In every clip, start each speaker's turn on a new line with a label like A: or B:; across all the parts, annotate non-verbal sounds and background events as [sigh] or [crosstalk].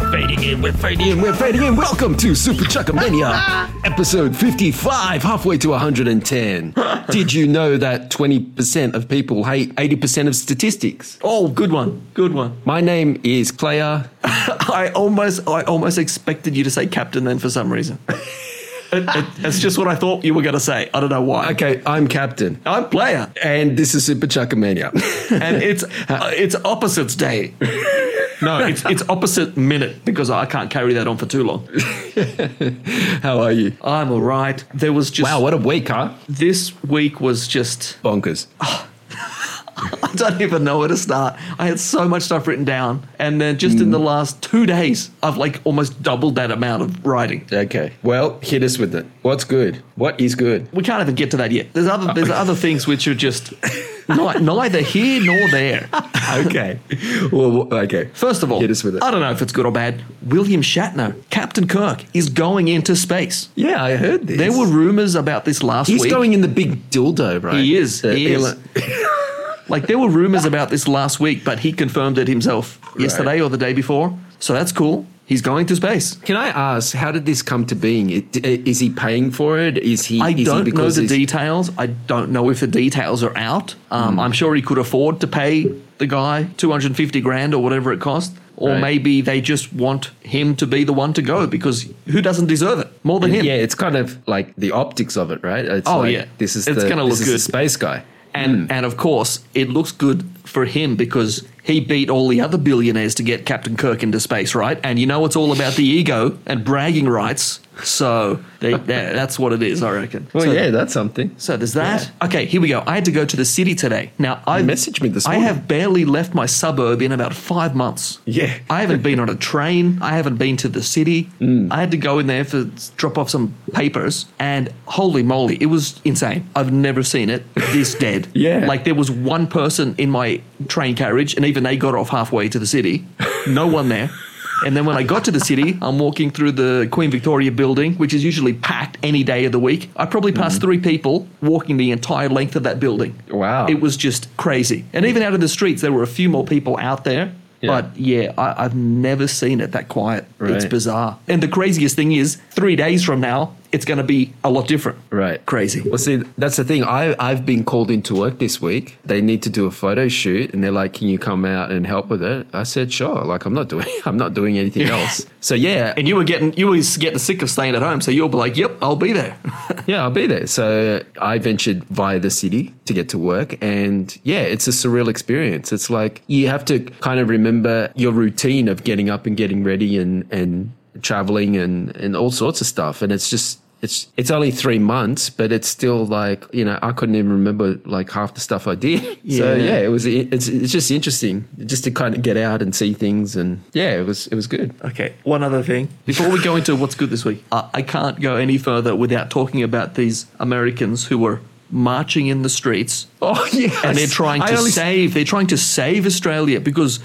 A: we're fading in, we're fading in. Welcome to Super Chuckamania, episode 55, halfway to 110. Did you know that 20% of people hate 80% of statistics?
B: Oh, good one. Good one. [laughs]
A: My name is Player.
B: I almost I almost expected you to say captain then for some reason. [laughs] it, it, it's just what I thought you were going to say. I don't know why.
A: Okay, I'm Captain.
B: I'm player,
A: And this is Super Chuckamania. [laughs]
B: and it's uh, it's opposites day.
A: [laughs]
B: No, it's it's opposite minute because I can't carry that on for too long.
A: How are you?
B: I'm all right. There was just
A: Wow, what a week, huh?
B: this week was just
A: Bonkers.
B: I [laughs] don't even know where to start. I had so much stuff written down, and then just
A: Mm.
B: in the last two days, I've like almost doubled that amount of writing.
A: Okay, well, hit us with it. What's good? What is good?
B: We can't even get to that yet. There's other there's other things which are just
A: [laughs]
B: ni- neither here nor there.
A: Okay. [laughs] well, okay.
B: First of all,
A: Hit us with it.
B: I don't know if it's good or bad. William Shatner, Captain Kirk, is going into space.
A: Yeah, I heard this.
B: There were rumors about this last
A: He's
B: week.
A: going in the big dildo, right?
B: He is.
A: Uh,
B: he is.
A: Elon-
B: [laughs] like there were rumors about this last week, but he confirmed it himself yesterday or the day before. So that's cool. He's going to space.
A: Can I ask, how did this come to being? It- uh, Is he paying for it? Is he?
B: I
A: is he
B: don't know
A: because
B: the
A: he's-
B: details. I don't know if the details are out.
A: Hmm.
B: Um, I'm sure he could afford to pay the guy 250 grand or whatever it cost. Or
A: Right.
B: maybe they just want him to be the one to go because who doesn't deserve it more than him?
A: Yeah, it's kind of like the optics of it, right? It's
B: Oh,
A: like,
B: yeah.
A: This is
B: It's
A: the,
B: gonna
A: this
B: look
A: is the
B: good.
A: space guy. Hmm.
B: And and of course, it looks good for him because he beat all the other billionaires to get Captain Kirk into space, right? And you know it's all about the ego and bragging rights. So they, that- that's what it is, I reckon.
A: Well,
B: so,
A: yeah, that's something.
B: So there's that. Okay, here we go. I had to go to the city today. Now I
A: messaged me this
B: I
A: morning.
B: have barely left my suburb in about five months.
A: Yeah.
B: I haven't been on a train. I haven't been to the city.
A: Mm.
B: I had to go in there for drop off some papers, and holy moly, it was insane. I've never seen it this
A: [laughs]
B: dead.
A: Yeah.
B: like there was one person in my train carriage, and even they got off halfway to the city.
A: [laughs]
B: No one there. And then when I got to the city, I'm walking through the Queen Victoria building, which is usually packed any day of the week. I probably passed
A: Mm-hmm.
B: three people walking the entire length of that building.
A: Wow.
B: It was just crazy. And even out in the streets, there were a few more people out there.
A: Yeah.
B: But yeah, I, I've never seen it that quiet. It's
A: Right.
B: bizarre. And the craziest thing is, three days from now, it's going to be a lot different.
A: Right.
B: Crazy.
A: Well, see, that's the thing. I, I've been called into work this week. They need to do a photo shoot, and they're like, "Can you come out and help with it?" I said, "Sure." Like, I'm not doing, [laughs] I'm not doing anything else. So yeah,
B: And you were getting you were getting sick of staying at home, so you'll be like, "Yep, I'll be there."
A: Yeah, I'll be there. So I ventured via the city to get to work. And yeah, it's a surreal experience. It's like you have to kind of remember your routine of getting up and getting ready and, and traveling and, and all sorts of stuff. And it's just, it's, it's only three months, but it's still like, you know, I couldn't even remember like half the stuff I did. [laughs] So
B: Yeah.
A: yeah, it was, it's, it's just interesting just to kind of get out and see things. And yeah, it was, it was good.
B: [laughs] Okay. One other thing. Before we go into what's good this [laughs] week, I, I can't go any further without talking about these Americans who were marching in the streets
A: Oh [laughs] yeah.
B: and they're trying to save. They're trying to save Australia [laughs] because.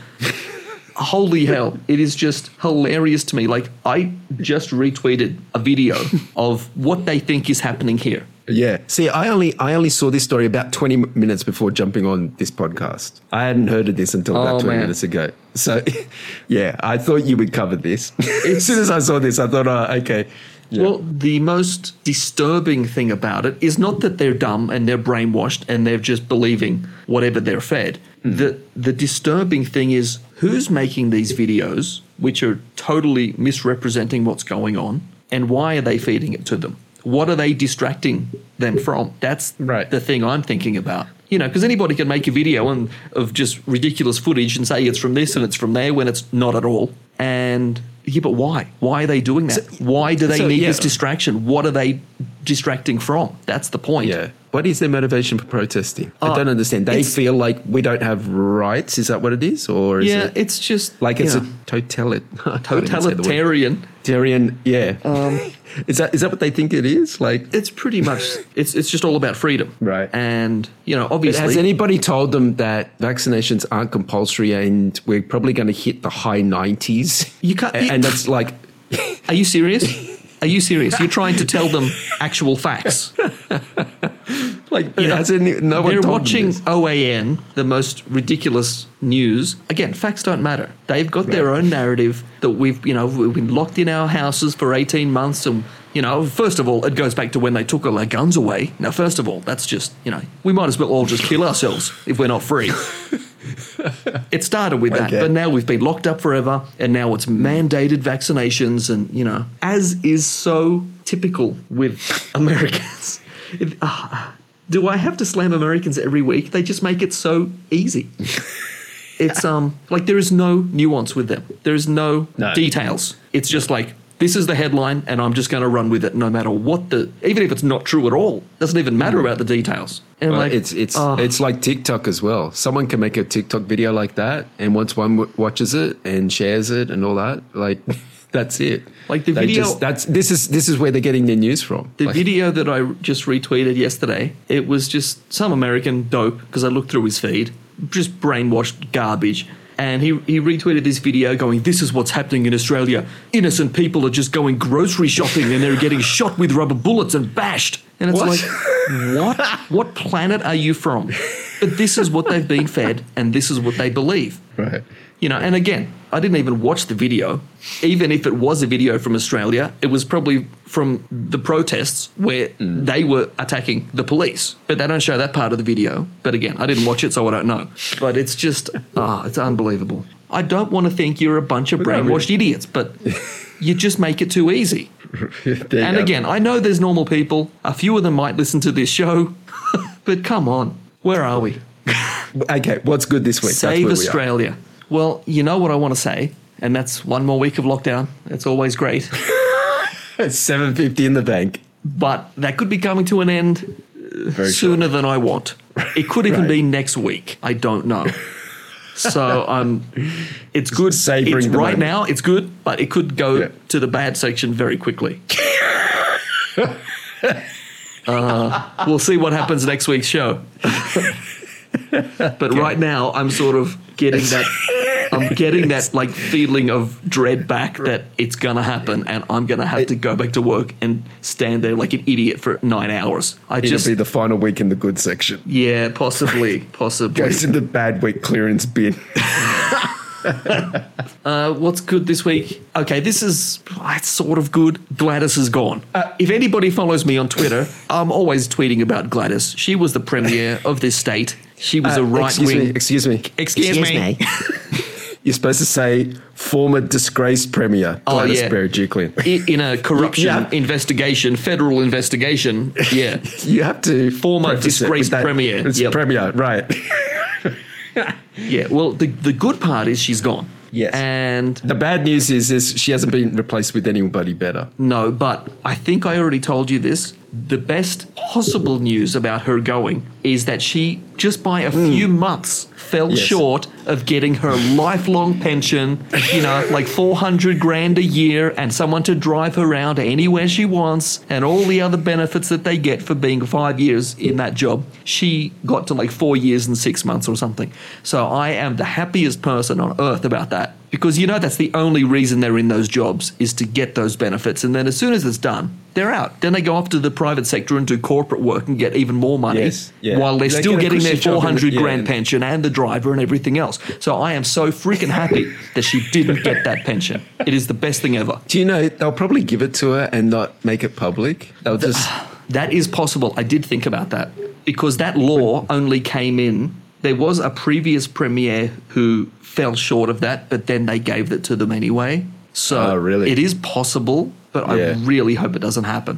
B: Holy hell, it is just hilarious to me. Like, I just retweeted a [laughs] video of what they think is happening here.
A: Yeah. See, I only I only saw this story about 20 m- minutes before jumping on this podcast. I hadn't heard of this until
B: Oh,
A: about 20
B: man.
A: minutes ago. So, [laughs] yeah, I thought you would cover this. [laughs] as soon as I saw this, I thought, oh, okay. Yeah.
B: Well, the most disturbing thing about it is not that they're dumb and they're brainwashed and they're just believing whatever they're fed.
A: Hmm.
B: The the disturbing thing is who's making these videos which are totally misrepresenting what's going on and why are they feeding it to them? What are they distracting them from? That's
A: Right.
B: the thing I'm thinking about. You know, because anybody can make a video and of just ridiculous footage and say it's from this and it's from there when it's not at all. And yeah, but why? Why are they doing that? why do they
A: so,
B: need this
A: yeah.
B: distraction? What are they distracting from? That's the point.
A: yeah. What is their motivation for protesting?
B: Uh,
A: I don't understand. They
B: it's-
A: feel like we don't have rights. Is that what it is? Or is
B: Yeah,
A: it
B: it's just
A: like it's
B: you know,
A: a totalitarian? [laughs]
B: totalitarian. Um,
A: Totalitarian. Yeah. [laughs] is that is that what they think it is? Like
B: It's pretty much it's it's just all about freedom,
A: Right.
B: And you know,
A: But
B: obviously,
A: has anybody told them that vaccinations aren't compulsory and we're probably going to hit the high 90s?
B: You can't-
A: A- And, that's like,
B: are you serious? Are you serious? You're trying to tell them actual facts. Like
A: It hasn't- no one
B: they're
A: told them
B: watching
A: this.
B: OAN, the most ridiculous news. Again, facts don't matter. They've got their own narrative that we've you know we've been locked in our houses for eighteen months, and you know first of all it goes back to when they took all our guns away. Now first of all that's just you know we might as well all just kill ourselves if we're not free. It started with that,
A: Okay.
B: but now we've been locked up forever, and now it's mandated vaccinations, and you know, as is so typical with [laughs] Americans. It- ah, do I have to slam Americans every week? They just make it so
A: [laughs]
B: easy. It's um like there is no nuance with them. There is no,
A: No.
B: details. It's just like this is the headline, and I'm just going to run with it, no matter what the. Even if it's not true at all, doesn't even matter about the details. And
A: Hmm. Well,
B: like
A: it's it's
B: ah.
A: it's like TikTok as well. Someone can make a TikTok video like that, and once one w- watches it and shares it and all that, like [laughs] that's it.
B: Like the
A: They
B: video-
A: just- that's this is this is where they're getting their news from.
B: The
A: Like,
B: video that I just retweeted yesterday, it was just some American dope because I looked through his feed, just brainwashed garbage. And he, he retweeted this video going, This is what's happening in Australia. Innocent people are just going grocery shopping and they're getting shot with rubber bullets and bashed. And it's
A: What?
B: like, What? What planet are you from? But this is what they've been fed and this is what they believe.
A: right.
B: You know, and again, I didn't even watch the video. Even if it was a video from Australia, it was probably from the protests where
A: Mm.
B: they were attacking the police. But they don't show that part of the video. But again, I didn't watch it, so I don't know. But it's just,
A: [laughs]
B: ah, it's unbelievable. I don't want to think you're a bunch of
A: not
B: brainwashed idiots,
A: [laughs]
B: but you just make it too easy.
A: There you
B: And
A: go.
B: again, I know there's normal people. A few of them might listen to this show, [laughs] but come on, where are we?
A: okay, what's good this week? That's
B: Save
A: where we are.
B: Australia. Well, you know what I want to say, and that's one more week of lockdown. It's always
A: [laughs]
B: great,
A: It's [laughs] seven fifty in the bank.
B: but that could be coming to an end uh,
A: Very
B: sooner than I want. It could even
A: Right.
B: be next week. I don't know. So um, it's good.
A: Savouring
B: It's
A: the
B: right
A: moment.
B: now. It's good, but it could go
A: Yeah.
B: to the bad section very quickly.
A: [laughs]
B: uh, we'll see what happens next week's show. But right now, I'm sort of getting
A: [laughs]
B: that. I'm getting that like feeling of dread back that it's gonna happen, and I'm gonna have to go back to work and stand there like an idiot for nine hours. I
A: It'll
B: just
A: be the final week in the good section.
B: yeah,
A: [laughs]
B: possibly, possibly.
A: Goes in the bad week clearance bin.
B: Uh, what's good this week? Okay, this is uh, it's sort of good. Gladys is gone. Uh, if anybody follows me on Twitter, I'm always tweeting about Gladys. She was the premier of this state. She was a right
A: Uh, excuse me.
B: wing.
A: Excuse me. [laughs] You're supposed to say former disgraced premier
B: Oh,
A: Gladys
B: yeah.
A: Berejiklian.
B: I- in a corruption
A: Yeah.
B: investigation, federal investigation. Yeah.
A: You have to
B: Former
A: preface it with
B: disgraced
A: that-
B: premier.
A: It's
B: Yep.
A: premier, right?
B: [laughs]
A: [laughs]
B: yeah. Well, the, the good part is she's gone.
A: Yes.
B: And
A: The bad news is, is she hasn't been replaced with anybody better.
B: no, but I think I already told you this. The best possible news about her going is that she, just by a few months, fell
A: Yes.
B: short of getting her lifelong pension, you know, like 400 grand a year and someone to drive her around anywhere she wants and all the other benefits that they get for being five years in that job. She got to like four years and six months or something. So I am the happiest person on earth about that because you know that's the only reason they're in those jobs is to get those benefits. And then as soon as it's done, they're out. Then they go off to the private sector and do corporate work and get even more money
A: Yes, yeah.
B: while they're
A: They
B: still
A: get a
B: getting their
A: cushy job in the-
B: 400 grand
A: yeah.
B: pension and the driver and everything else. So I am so freaking happy that she didn't get that pension. It is the best thing ever.
A: Do you know they'll probably give it to her and not make it public? They'll just
B: That is possible. I did think about that because that law only came in. There was a previous premier who fell short of that, but then they gave it to them anyway. So
A: Oh, really?
B: it is possible, but
A: Yeah. Mm.
B: I really hope it doesn't happen.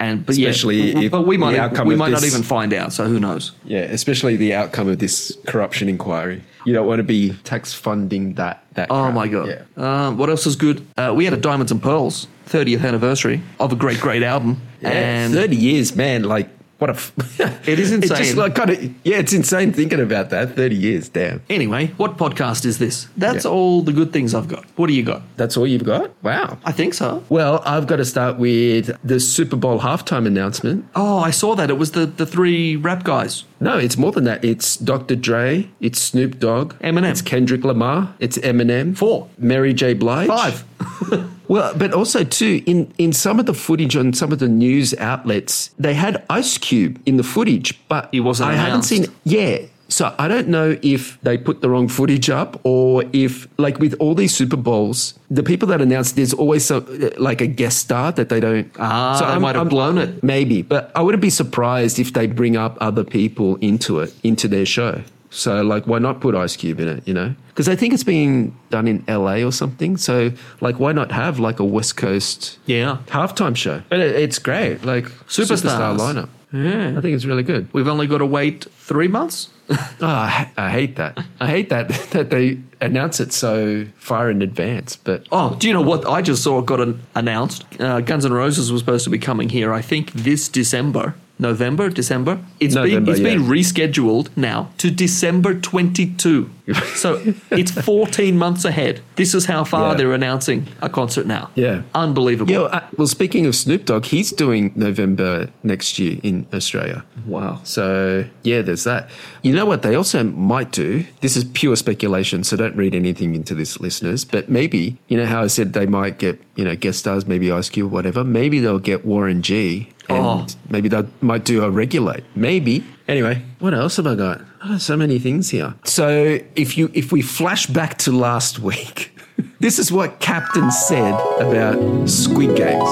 B: And but
A: Especially
B: yeah,
A: if
B: but we
A: the
B: might
A: outcome
B: we
A: of
B: might not
A: this-
B: even find out. So who knows?
A: yeah, especially the outcome of this corruption inquiry. You don't want to be tax funding that. that
B: Oh
A: crap.
B: my god!
A: Yeah.
B: Um, what else is good? Uh, we had a Diamonds and Pearls 30th anniversary of a great, great album,
A: Yeah,
B: and
A: thirty years, man. Like what a f- [laughs]
B: It is
A: It's
B: insane.
A: just like kind of yeah, it's insane thinking about that. Thirty years, damn.
B: anyway, what podcast is this? That's
A: Yeah.
B: all the good things I've got. What do you got?
A: That's all you've got. Wow.
B: I think so.
A: Well, I've got to start with the Super Bowl halftime announcement.
B: Oh, I saw that. It was the, the three rap guys.
A: No, it's more than that. It's Dr. Dre, it's Snoop Dogg,
B: Eminem.
A: it's Kendrick Lamar, it's Eminem,
B: Four.
A: Mary J. Blige,
B: Five.
A: [laughs] Well, but also too in in some of the footage on some of the news outlets, they had Ice Cube in the footage, but
B: He wasn't
A: I hadn't
B: announced.
A: seen. Yeah. So I don't know if they put the wrong footage up or if, like with all these Super Bowls, the people that announce there's always some, uh, like a guest star that they don't.
B: Ah, they
A: I'm-
B: might have
A: I'm-
B: blown it.
A: Maybe, but I wouldn't be surprised if they bring up other people into it, into their show. So, like, why not put Ice Cube in it, you know? Because I think it's being done in LA or something. So, like, why not have like a West Coast
B: Yeah.
A: halftime show? But it, it's great. Like,
B: Superstars.
A: superstar lineup. Yeah. I think it's really good.
B: We've only got to wait three months.
A: Oh, I, ha- I hate that. I hate that [laughs] that they announce it so far in advance. But
B: Oh, do you know what I just saw got an, announced? Uh, Guns N' Roses was supposed to be coming here, I think, this December. November, December. It's been
A: November,
B: it's been
A: yeah.
B: rescheduled now to December
A: [laughs]
B: 22. so it's 14 months ahead. This is how far
A: Yeah.
B: they're announcing a concert now.
A: Yeah.
B: Unbelievable.
A: yeah, well, uh, well, speaking of Snoop Dogg, he's doing November next year in Australia.
B: Wow.
A: So yeah, there's that. You know what they also might do? This is pure speculation, so don't read anything into this, listeners. But maybe you know how I said they might get you know guest stars, maybe Ice Cube, whatever. Maybe they'll get Warren G. And
B: Oh.
A: maybe they might do a regulate. Maybe. Anyway, what else have I got? Oh, so many things here. So if you if we flash back to last [laughs] week, this is what Captain said about Squid Games.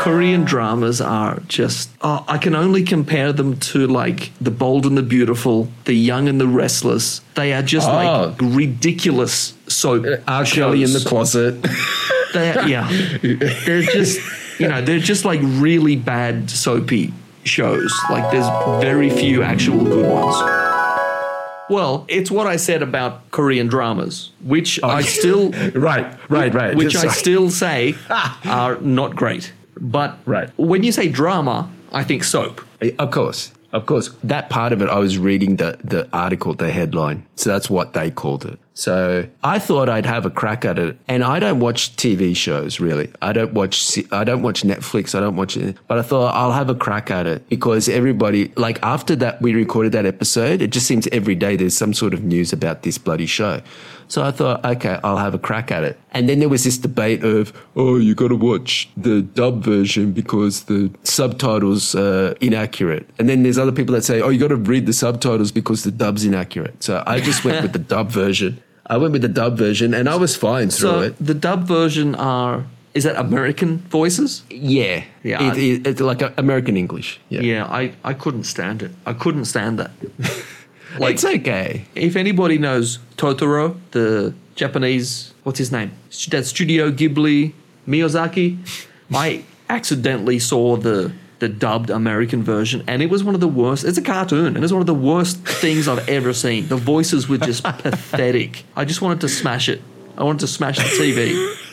B: Korean dramas are just. Oh, I can only compare them to like The Bold and the Beautiful, The Young and the Restless. They are just
A: Oh. Uh,
B: like ridiculous soap.
A: R. Kelly in
B: shows.
A: the closet. [laughs]
B: They're, yeah, they're just you know they're just like really bad soapy shows. Like there's very few actual good ones. Well, it's what I said about Korean dramas, which I still
A: [laughs] right, Oh, right, right.
B: which
A: Just-
B: I
A: [laughs]
B: still say are not great. But
A: Right.
B: when you say drama, I think soap.
A: Of course. Of course. That part of it, I was reading the, the article, the headline. So that's what they called it. So I thought I'd have a crack at it. And I don't watch TV shows really. I don't watch, se- I don't watch Netflix. I don't watch it. But I thought I'll have a crack at it because everybody, like after that, we recorded that episode. It just seems every day there's some sort of news about this bloody show. So I thought, okay, I'll have a crack at it. And then there was this debate of, oh, you got to watch the dub version because the subtitles are inaccurate. And then there's other people that say, oh, you got to read the subtitles because the dub's inaccurate. So I just went with the dub [laughs] version. I went with the dub version and I was fine through
B: So
A: it.
B: the dub version are is that American voices?
A: Yeah.
B: Yeah,
A: It- it- it's like a- American English. Yeah.
B: Yeah, I, I couldn't stand it. I couldn't stand that. like
A: it's okay.
B: if anybody knows Totoro, the Japanese, what's his name? Stu- That Studio Ghibli Miyazaki.
A: [laughs]
B: I accidentally saw the the dubbed American version, and it was one of the worst. It's a cartoon, and it's one of the worst things I've ever seen. The voices were
A: [laughs]
B: just pathetic. I just wanted to smash it. I wanted to smash the TV.
A: [laughs]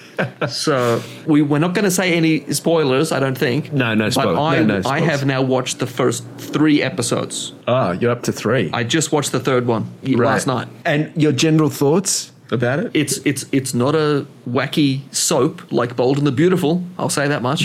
B: So we, we're not going to say any spoilers, I don't think.
A: No, no spoil-
B: But I,
A: no, no
B: I
A: spoils.
B: have now watched the first three episodes.
A: Oh, you're up to three.
B: I just watched the third one y- last
A: Right.
B: night
A: And your general thoughts about it?
B: it's it's it's not a wacky soap like Bold and the Beautiful. I'll say that
A: [laughs]
B: much.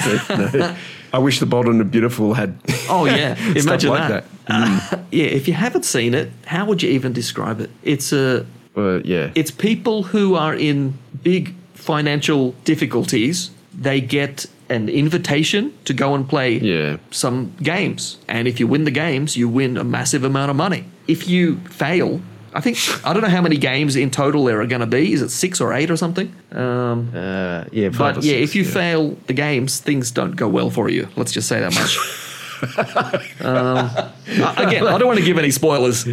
A: I wish the Bold and the Beautiful had.
B: Oh yeah,
A: Stuff
B: imagine
A: like
B: [laughs]
A: Mm.
B: that. Uh, yeah, if you haven't seen it, how would you even describe it? It's a
A: Uh, yeah.
B: it's people who are in big financial difficulties. They get an invitation to go and play
A: Yeah.
B: some games, and if you win the games, you win a massive amount of money. If you fail. I think I don't know how many games in total there are going to be. Is it six or eight or something? Um,
A: Uh, yeah, five or
B: But yeah,
A: six,
B: if you
A: yeah.
B: fail the games, things don't go well for you. Let's just say that much.
A: [laughs]
B: um, I- again, I don't want to give any spoilers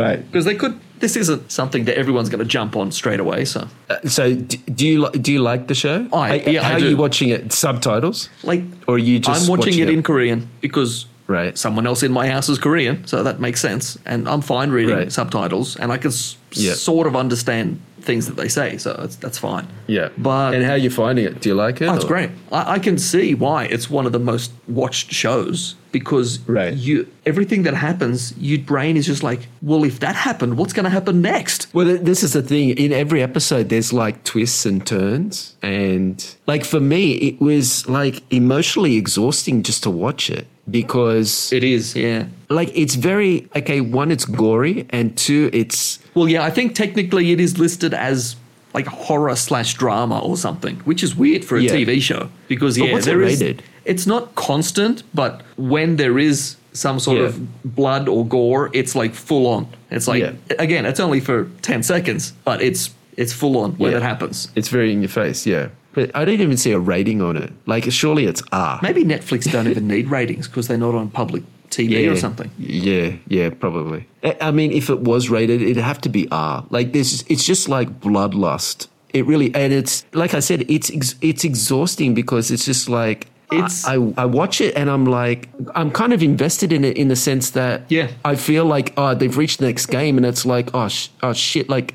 A: right.
B: because they could. This isn't something that everyone's going to jump on straight away. So,
A: Uh, so, do, do you li- do you like the show?
B: I-
A: Hey,
B: yeah, I
A: how are
B: do.
A: you watching it? Subtitles,
B: like,
A: or are you just
B: I'm watching it in Korean because
A: Right.
B: someone else in my house is Korean, so that makes sense, and I'm fine reading
A: Right.
B: subtitles, and I can s-
A: Yeah.
B: sort of understand things that they say, so it's, that's fine.
A: yeah,
B: but
A: and how are you finding it? Do you like it?
B: Oh, it's
A: or-
B: great. I, I can see why it's one of the most watched shows because
A: Right.
B: you everything that happens, your brain is just like, well, if that happened, what's going to happen next?
A: Well, th- this is the thing. In every episode, there's like twists and turns, and like for me, it was like emotionally exhausting just to watch it because
B: It is, yeah.
A: like it's very okay. One, it's gory, and two, it's
B: Well, yeah, I think technically it is listed as like horror slash drama or something, which is weird for a
A: Yeah.
B: TV show because
A: But
B: yeah,
A: what's it
B: there is-
A: rated?
B: It's not constant, but when there is some sort
A: Yeah.
B: of blood or gore, it's like full on. It's like
A: Yeah.
B: again, it's only for ten seconds, but it's it's full on when
A: Yeah.
B: it happens.
A: It's very in your face, yeah. But I didn't even see a rating on it. Like, surely it's R.
B: Maybe Netflix don't even [laughs] need ratings because they're not on public TV E or something.
A: Yeah, yeah, probably. I I mean, if it was rated, it'd have to be R. Like this, it's just like bloodlust. It really, and it's like I said, it's ex- it's exhausting because it's just like
B: It's-
A: it's. I, I watch it and I'm like, I'm kind of invested in it in the sense that
B: Yeah.
A: I feel like oh they've reached the next game and it's like oh sh- oh shit like.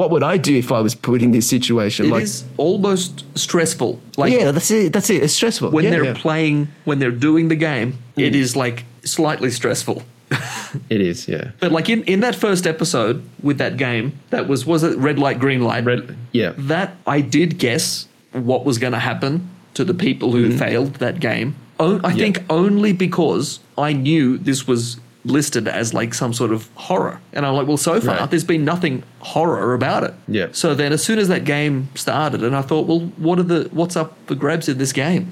A: What would I do if I was put in this situation?
B: It is
A: like,
B: almost stressful. Like
A: yeah, that's it. That's it. It's stressful.
B: when
A: Yeah,
B: they're
A: yeah.
B: playing, when they're doing the game, it is like slightly stressful.
A: it is. Yeah.
B: But like in, in that first episode with that game, that was was it red light, green light?
A: Red- yeah.
B: That I did guess what was going to happen to the people
A: Mm-hmm.
B: who failed that game. O- I think only because I knew this was listed as like some sort of horror, and I'm like, well, so far
A: Right.
B: there's been nothing horror about it.
A: Yeah.
B: So then, as soon as that game started, and I thought, well, what are the what's up for grabs in this game?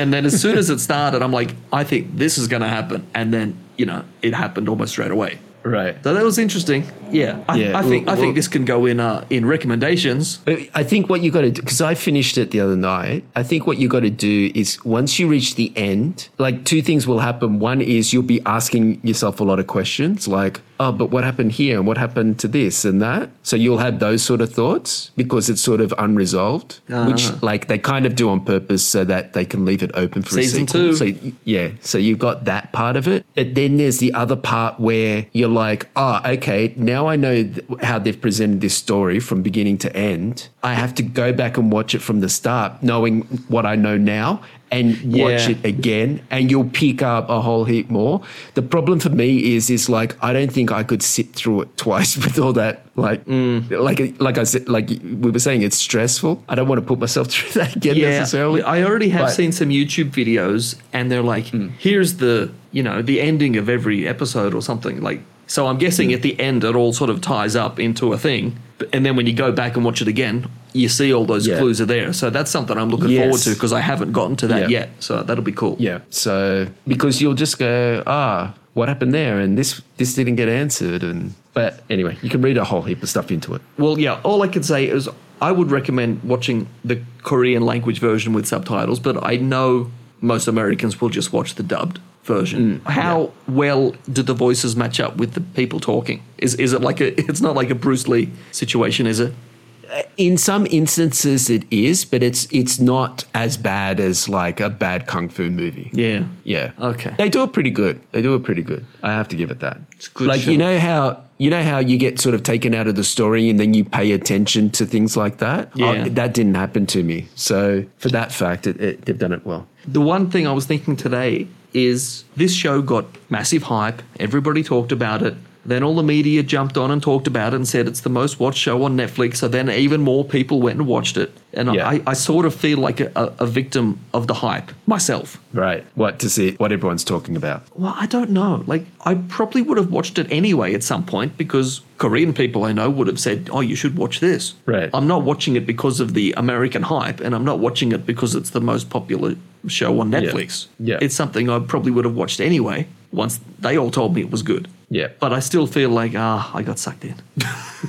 B: And then, as soon as it started, I'm like, I think this is going to happen. And then, you know, it happened almost straight away.
A: Right.
B: So that was interesting. Yeah, I,
A: Yeah,
B: I think I
A: well-
B: think this can go in uh, in recommendations.
A: But I think what you got to do, because I finished it the other night. I think what you got to do is once you reach the end, like two things will happen. One is you'll be asking yourself a lot of questions, like, oh, but what happened here and what happened to this and that. So you'll have those sort of thoughts because it's sort of unresolved, which
B: Uh-huh.
A: like they kind of do on purpose so that they can leave it open for
B: Season
A: a sequel.
B: two.
A: So y- yeah, so you've got that part of it. But then there's the other part where you're like, oh, okay, now I know th- how they've presented this story from beginning to end. I have to go back and watch it from the start, knowing what I know now, and watch
B: Yeah.
A: it again, and you'll pick up a whole heap more. The problem for me is, is like I don't think I could sit through it [laughs] twice with all that. Like, like, like I said, like we were saying, it's stressful. I don't want to put myself [laughs] through that again necessarily.
B: I already have
A: But- Hmm.
B: seen some YouTube videos, and they're like, "Here's the you know the ending of every episode or something." Like, so I'm guessing
A: Hmm.
B: at the end it all sort of ties up into a thing, But- and then when you go back and watch it again, you see all those
A: Yeah.
B: clues are there. So that's something I'm looking forward
A: Yes.
B: to because I haven't gotten to that
A: Yeah.
B: yet. So that'll be cool.
A: Yeah. So because you'll just go, ah, what happened there, and this this didn't get answered, and but anyway, you can read a whole heap of stuff into it.
B: Well, yeah, all I can say is I would recommend watching the Korean language version with subtitles, but I know most Americans will just watch the dubbed version. How well do the voices match up with the people talking? Is is it like a [laughs] it's not like a Bruce Lee situation, is it?
A: In some instances, it is, but it's it's not as bad as like a bad kung fu movie.
B: Yeah.
A: Yeah.
B: Okay.
A: They do it pretty good. They do it pretty good. I have to give it that. It's
B: good
A: Like
B: show.
A: you know how you know how you get sort of taken out of the story and then you pay attention to things like that. Oh,
B: Yeah.
A: that didn't happen to me. So for that fact, it, it, they've done it well.
B: The one thing I was thinking today is this show got massive hype. Everybody talked about it. Then all the media jumped on and talked about it and said it's the most watched show on Netflix. So then even more people went and watched it. And
A: Yeah.
B: I, I sort of feel like a, a, a victim of the hype myself.
A: Right. What to see? What everyone's talking about.
B: Well, I don't know. Like, I probably would have watched it anyway at some point because Korean people I know would have said, oh, you should watch this.
A: Right.
B: I'm not watching it because of the American hype and I'm not watching it because it's the most popular show on Netflix.
A: Yeah.
B: It's something I probably would have watched anyway once they all told me it was good.
A: Yeah.
B: But I still feel like, ah, I got sucked in.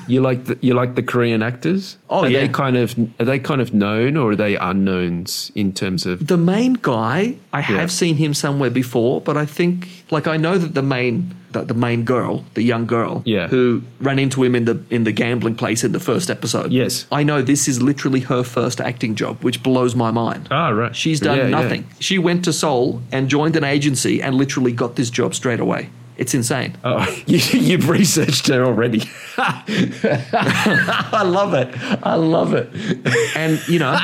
A: You like the, you like the Korean actors?
B: Oh,
A: are
B: yeah.
A: They kind of are they kind of known or are they unknowns in terms of?
B: The main guy, I have
A: Yeah.
B: seen him somewhere before, but I think like I know that the main the, the main girl, the young girl
A: Yeah.
B: who ran into him in the in the gambling place in the first episode.
A: Yes.
B: I know this is literally her first acting job, which blows my mind.
A: Ah, right.
B: She's done
A: Yeah, yeah.
B: nothing. She went to Seoul and joined an agency and literally got this job straight away. It's insane.
A: Oh, [laughs] you, you've researched it already. [laughs] I love it. I love it.
B: And you
A: [laughs]
B: know,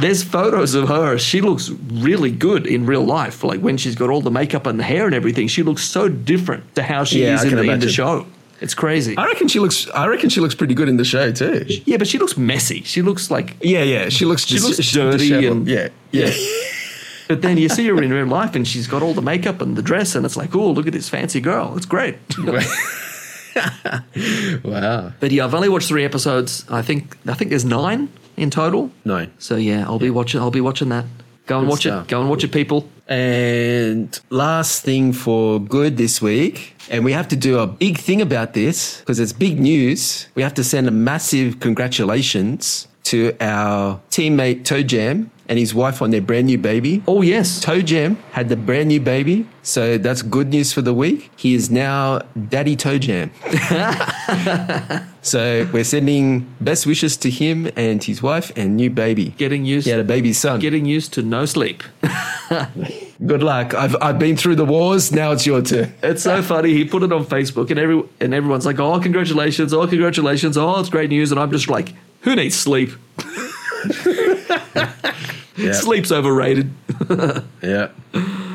B: there's photos of her. She looks really good in real life. Like when she's got all the makeup and the hair and everything, she looks so different to how she
A: Yeah,
B: is
A: I
B: in
A: can
B: the, in the
A: imagine.
B: show. It's crazy.
A: I reckon she looks. I reckon she looks pretty good in the show too.
B: Yeah, but she looks messy. She looks like.
A: Yeah, yeah. She looks. She
B: looks dirty and-
A: [laughs] yeah, yeah.
B: But then you see her in real life, and she's got all the makeup and the dress, and it's like, oh, look at this fancy girl. It's great.
A: [laughs] Wow.
B: [laughs] But yeah, I've only watched three episodes. I think I think there's nine in total.
A: Nine.
B: So yeah, I'll be watching. I'll be watching that. Go and
A: Good
B: watch
A: stuff.
B: it. Go and watch it, people.
A: And last thing for good this week, and we have to do a big thing about this because it's big news. We have to send a massive congratulations to our teammate Toe Jam and his wife on their brand new baby.
B: Oh yes,
A: Toe Jam had the brand new baby, so that's good news for the week. He is now Daddy Toe Jam. [laughs] so we're sending best wishes to him and his wife and new baby.
B: getting used
A: he had a baby son.
B: getting used to no sleep.
A: Good luck. I've, I've been through the wars. Now it's your turn. [laughs]
B: It's so funny. He put it on Facebook, and every and everyone's like, "Oh, congratulations! Oh, congratulations! Oh, it's great news!" And I'm just like, "Who needs sleep? Sleep's overrated."
A: Yeah.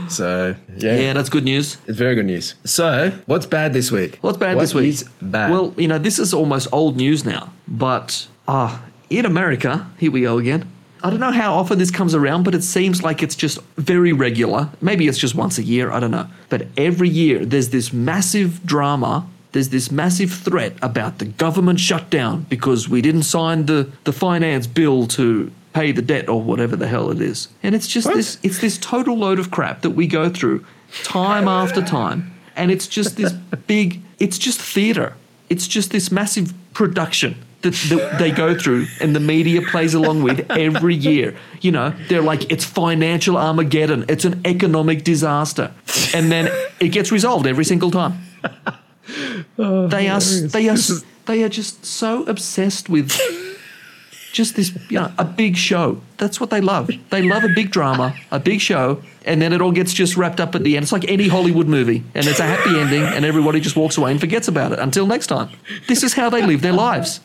A: So, yeah.
B: Yeah, that's good news.
A: It's very good news. So, what's bad this week?
B: What's bad
A: What
B: this week?
A: is bad.
B: Well, you know, this is almost old news now, but ah, in America, here we go again. I don't know how often this comes around, but it seems like it's just very regular. Maybe it's just once a year, I don't know. But every year, there's this massive drama. There's this massive threat about the government shutdown because we didn't sign the, the finance bill to pay the debt or whatever the hell it is. And it's just this it's this total load of crap that we go through time after time and it's just this big it's just theater it's just this massive production that, that they go through and the media plays along with every year you know they're like it's financial armageddon it's an economic disaster and then it gets resolved every single time they are they are they are just so obsessed with just this you know a big show that's what they love they love a big drama a big show and then it all gets just wrapped up at the end it's like any hollywood movie and it's a happy ending and everybody just walks away and forgets about it until next time this is how they live their lives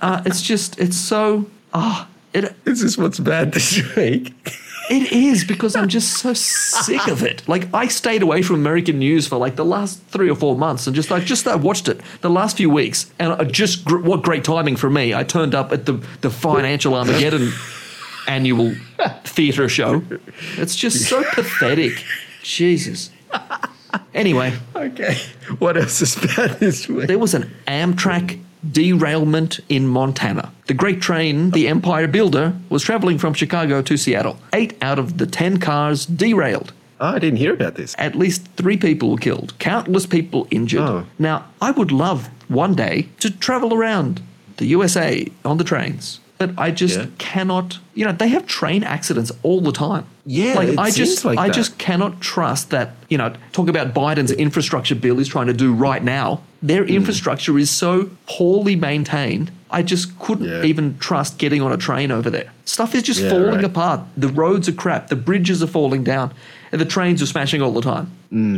B: uh, it's just it's so ah it
A: this is what's bad this [laughs] week.
B: it is because I'm just so sick of it. Like I stayed away from American news for like the last three or four months, and just like just I watched it the last few weeks, and I just gr- what great timing for me. I turned up at the the financial Armageddon [laughs] annual theater show. It's just so pathetic. Jesus. Anyway,
A: Okay. What else is bad this week?
B: there was an Amtrak derailment in Montana. The great train, the Empire Builder, was traveling from Chicago to Seattle. Eight out of the ten cars derailed.
A: Oh, I didn't hear about this.
B: At least three people were killed, countless people injured.
A: Oh.
B: Now, I would love one day to travel around the USA on the trains. But I just
A: Yeah.
B: cannot, you know, they have train accidents all the time.
A: Yeah,
B: like
A: it
B: I
A: seems
B: just,
A: like
B: I
A: that.
B: just cannot trust that. You know, talk about Biden's infrastructure bill is trying to do right now. Their
A: Hmm.
B: infrastructure is so poorly maintained. I just couldn't
A: Yeah.
B: even trust getting on a train over there. Stuff is just
A: Yeah,
B: falling
A: right.
B: apart apart. The roads are crap. The bridges are falling down, and the trains are smashing all the time.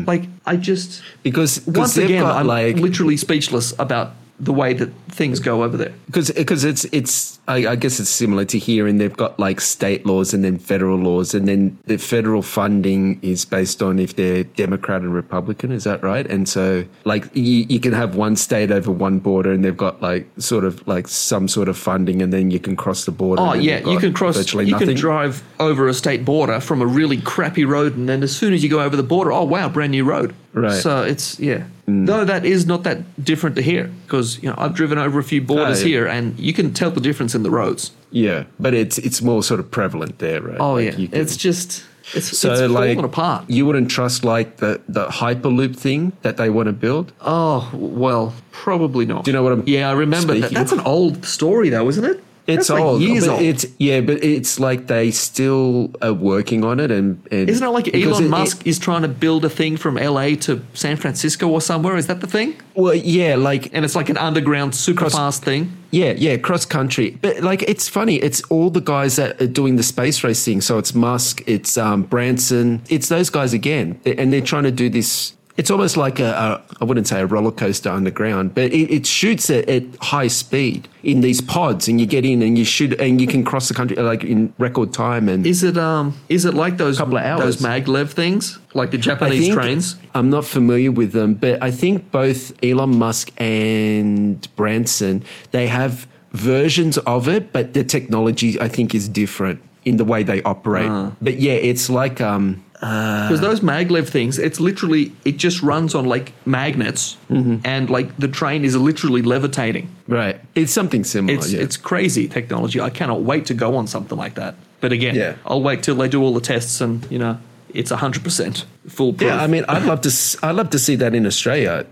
B: Like I just
A: Because Mm. 'cause
B: once
A: they've
B: again,
A: got,
B: I'm
A: like
B: literally speechless about the way that things go over there.
A: because because it's it's I, I guess it's similar to here, and they've got like state laws and then federal laws, and then the federal funding is based on if they're Democrat and Republican. Is that right? And so like you, you can have one state over one border, and they've got like sort of like some sort of funding, and then you can cross the border.
B: Oh
A: and
B: yeah,
A: you've
B: you
A: got
B: can cross.
A: virtually
B: You
A: nothing.
B: can drive over a state border from a really crappy road, and then as soon as you go over the border, oh wow, brand new road.
A: Right. Mm.
B: So it's yeah. Though that is not that different to here, because you know I've driven over a few borders
A: Oh, yeah.
B: here, and you can tell the difference in the roads.
A: yeah, but it's it's more sort of prevalent there, right?
B: Oh
A: Like,
B: yeah,
A: you can-
B: it's just it's,
A: so
B: it's
A: like
B: fallen apart.
A: you wouldn't trust like the the hyperloop thing that they want to build.
B: Oh well, probably not.
A: Do you know what I'm
B: Yeah, I remember that.
A: speaking?
B: That's an old story, though, isn't it?
A: It's
B: That's like
A: old.
B: years
A: but
B: old.
A: It's yeah, but it's like they still are working on it, and, and
B: Isn't it like
A: because
B: Elon
A: it-
B: Musk
A: it-
B: is trying to build a thing from LA to San Francisco or somewhere? Is that the thing?
A: well, yeah, like
B: And it's like an underground, super fast thing.
A: yeah, yeah, cross country. But like, it's funny. It's all the guys that are doing the space race thing. So it's Musk, it's um, Branson, it's those guys again, and they're trying to do this. It's almost like a, a I wouldn't say a roller coaster underground, but it, it shoots at, at high speed in these pods, and you get in and you shoot and you can cross the country like in record time. And
B: Is it um? Is it like those
A: Couple of hours.
B: those maglev things, like the
A: I
B: Japanese
A: think-
B: trains?
A: I'm not familiar with them, but I think both Elon Musk and Branson they have versions of it,
B: Ah.
A: but the technology I think is different in the way they operate. But yeah, it's like um,
B: Because those maglev things, it's literally, it just runs on like magnets
A: Mm-hmm.
B: and like the train is literally levitating.
A: Right. It's something similar.
B: It's,
A: Oh, yeah.
B: it's crazy technology. I cannot wait to go on something like that. But again,
A: Yeah.
B: I'll wait till they do all the tests and, you know, it's 100% foolproof.
A: yeah, I mean, I'd love to. s- I'd love to see that in Australia.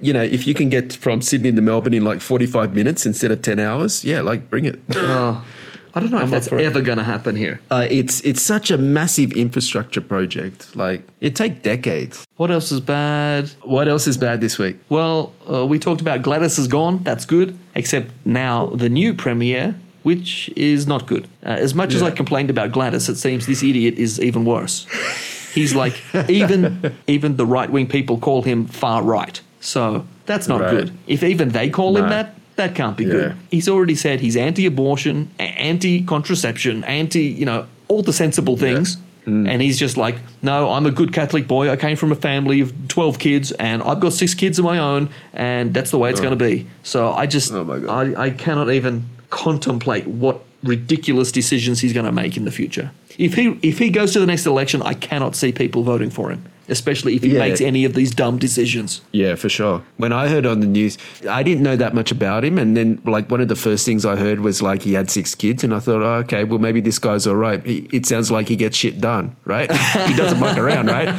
A: You know, if you can get from Sydney to Melbourne in like forty-five minutes instead of ten hours, yeah, like bring it.
B: Oh, I don't know if that's
A: for it.
B: ever going to happen here.
A: Uh, it's it's such a massive infrastructure project. Like it take decades.
B: What else is bad?
A: What else is bad this week?
B: Well, uh, we talked about Gladys is gone. That's good. Except now the new premiere, which is not good. Uh, as much as
A: Yeah.
B: I complained about Gladys, it seems this idiot is even worse. He's like [laughs] even even the right wing people call him far right. So that's not
A: Right.
B: good. If even they call him
A: No.
B: that, that can't be
A: Yeah.
B: good. He's already said he's anti-abortion, a- anti-contraception, anti, you know, all the sensible things.
A: Mm.
B: And he's just like, no, I'm a good Catholic boy. I came from a family of 12 kids and I've got six kids of my own and that's the way it's going to be. So I just,
A: Oh my God.
B: I, I cannot even contemplate what ridiculous decisions he's going to make in the future. If he, if he goes to the next election, I cannot see people voting for him, especially if he
A: Yeah.
B: makes any of these dumb decisions.
A: Yeah, for sure. When I heard on the news, I didn't know that much about him, and then like one of the first things I heard was like he had six kids, and I thought, oh, okay, well maybe this guy's all right. He, it sounds like he gets shit done, right? he doesn't [laughs] muck around, right?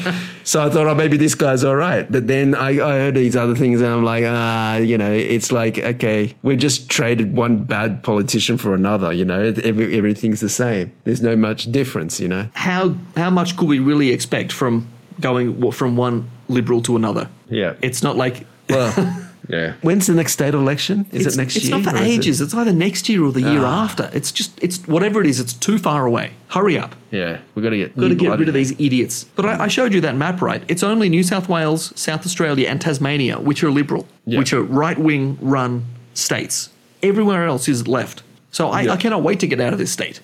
A: So I thought, oh, maybe this guy's all right. But then I, I heard these other things, and I'm like, ah, you know, it's like okay, we've just traded one bad politician for another. You know, Every, everything's the same. There's no much difference, you know.
B: how how much could we really expect from going w- from one liberal to another?
A: Yeah.
B: it's not like [laughs]
A: Well, yeah. When's the next state election? Is
B: it's,
A: it next
B: it's
A: year?
B: not for
A: or is it-
B: ages. It's either next year or the year after. It's just it's whatever it is. It's too far away. Hurry up.
A: Yeah, we got to get
B: Got to get rid of these idiots. But I, I showed you that map, right? It's only New South Wales, South Australia, and Tasmania, which are liberal,
A: Yeah.
B: which are right wing run states. Everywhere else is left. So I,
A: Yeah.
B: I cannot wait to get out of this
A: [laughs]
B: state.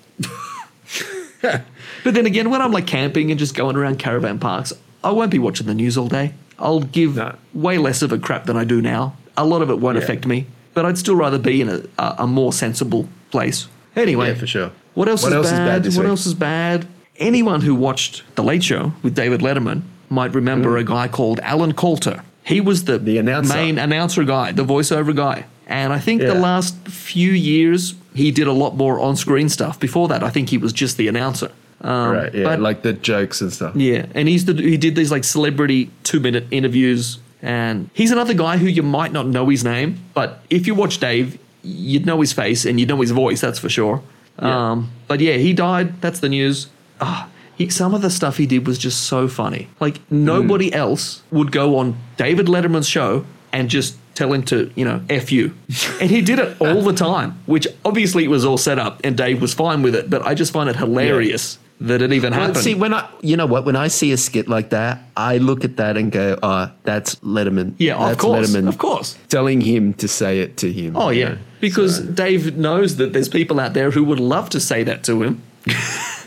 B: but then again, when I'm like camping and just going around caravan parks, I won't be watching the news all day. I'll give
A: No.
B: way less of a crap than I do now. A lot of it won't
A: Yeah.
B: affect me, but I'd still rather be in a, a, a more sensible place. Anyway,
A: Yeah, for sure.
B: What else,
A: What
B: is,
A: else is
B: bad?
A: bad this
B: What
A: week?
B: else is bad? Anyone who watched The Late Show with David Letterman might remember a guy called Alan Coulter. He was the,
A: The announcer.
B: main announcer guy, the voiceover guy. And I think the
A: Yeah.
B: last few years, he did a lot more on screen stuff. Before that, I think he was just the announcer. Um,
A: right, yeah,
B: but-
A: like the jokes and stuff.
B: yeah, and he's the, he did these like celebrity two minute interviews, and he's another guy who you might not know his name, but if you watch Dave, you'd know his face and you'd know his voice, that's for sure.
A: Yeah.
B: Um, but yeah, he died. That's the news. Ah, he, some of the stuff he did was just so funny. Like
A: Hmm.
B: nobody else would go on David Letterman's show and just tell him to, you know, f
A: [laughs]
B: you, and he did it all the time. Which obviously it was all set up, and Dave was fine with it. But I just find it hilarious that it even
A: Well,
B: happened.
A: see, when I, you know what, when I see a skit like that, I look at that and go, "Ah, that's Letterman."
B: Yeah, of
A: that's
B: course, of course.
A: telling him to say it to him.
B: Oh
A: you
B: yeah,
A: know?
B: because Dave knows that there's people out there who would love to say that to him,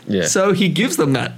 A: yeah,
B: so he gives them that.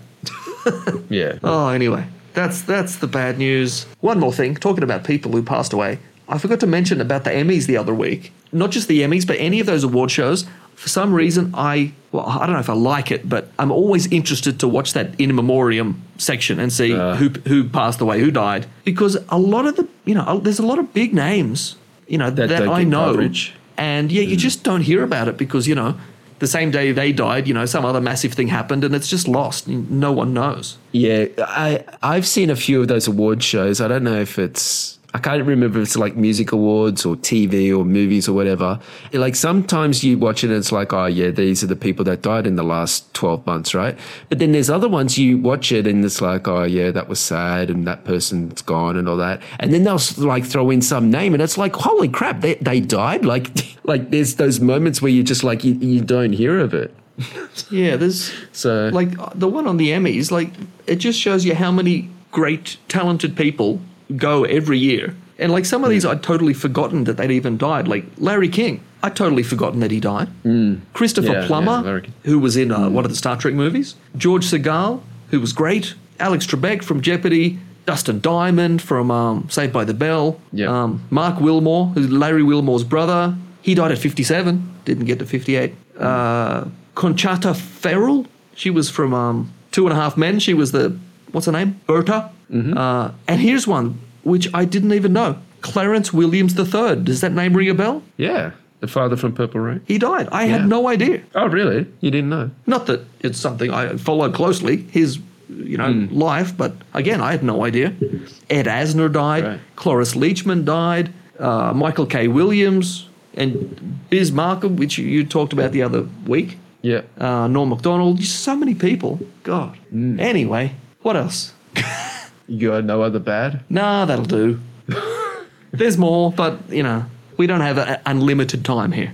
A: yeah.
B: Oh, anyway, that's that's the bad news. One more thing, talking about people who passed away, I forgot to mention about the Emmys the other week. Not just the Emmys, but any of those award shows. For some reason, I well, I don't know if I like it, but I'm always interested to watch that in memoriam section and see who who passed away, who died, because a lot of the you know there's a lot of big names you know that,
A: That don't
B: I
A: get
B: know.
A: coverage. Mm.
B: And yeah, you just don't hear about it because, you know, the same day they died, you know, some other massive thing happened and it's just lost. No one knows.
A: Yeah, I I've seen a few of those award shows. I don't know if it's I can't remember if it's like music awards or TV or movies or whatever. It- Like sometimes you watch it and it's like, oh yeah, these are the people that died in the last twelve months, right? But then there's other ones you watch it and it's like, oh yeah, that was sad and that person's gone and all that. And then they'll s- like throw in some name and it's like, holy crap, they they died. Like [laughs] like there's those moments where you just like you, you don't hear of it.
B: Yeah, there's
A: So-
B: like uh, the one on the Emmys, like it just shows you how many great, talented people go every year. And like some of these, I'd totally forgotten that they'd even died. Like Larry King, I'd totally forgotten that he died. Christopher
A: Mm. Yeah, yeah,
B: Plummer,
A: Larry King.
B: who was in uh, one of the Star Trek movies. George Segal, who was great. Alex Trebek from Jeopardy. Dustin Diamond from um, Saved by the Bell.
A: Yeah.
B: Um, Mark Wilmore, who's Larry Wilmore's brother. He died at 57, didn't get to 58. Uh, Conchata Ferrell, she was from um, Two and a Half Men. She was the what's her name? Berta.
A: Mm-hmm.
B: Uh, and here's one which I didn't even know. Clarence Williams III. Does that name ring a bell?
A: Yeah. The father from Purple Rain.
B: He died. I
A: Yeah.
B: had no idea.
A: Oh, really? You didn't know?
B: Not that it's something I followed closely, his you know life, but again, I had no idea. Ed Asner died,
A: Right.
B: Cloris Leachman died, uh, Michael K. Williams, and Biz Markham, which you- you talked about the other week.
A: Yeah.
B: Uh, Norm Macdonald, just so many people. God. Anyway, what else?
A: You got no other bad?
B: Nah, that'll [laughs] do. There's more, but you know, we don't have a, unlimited time here.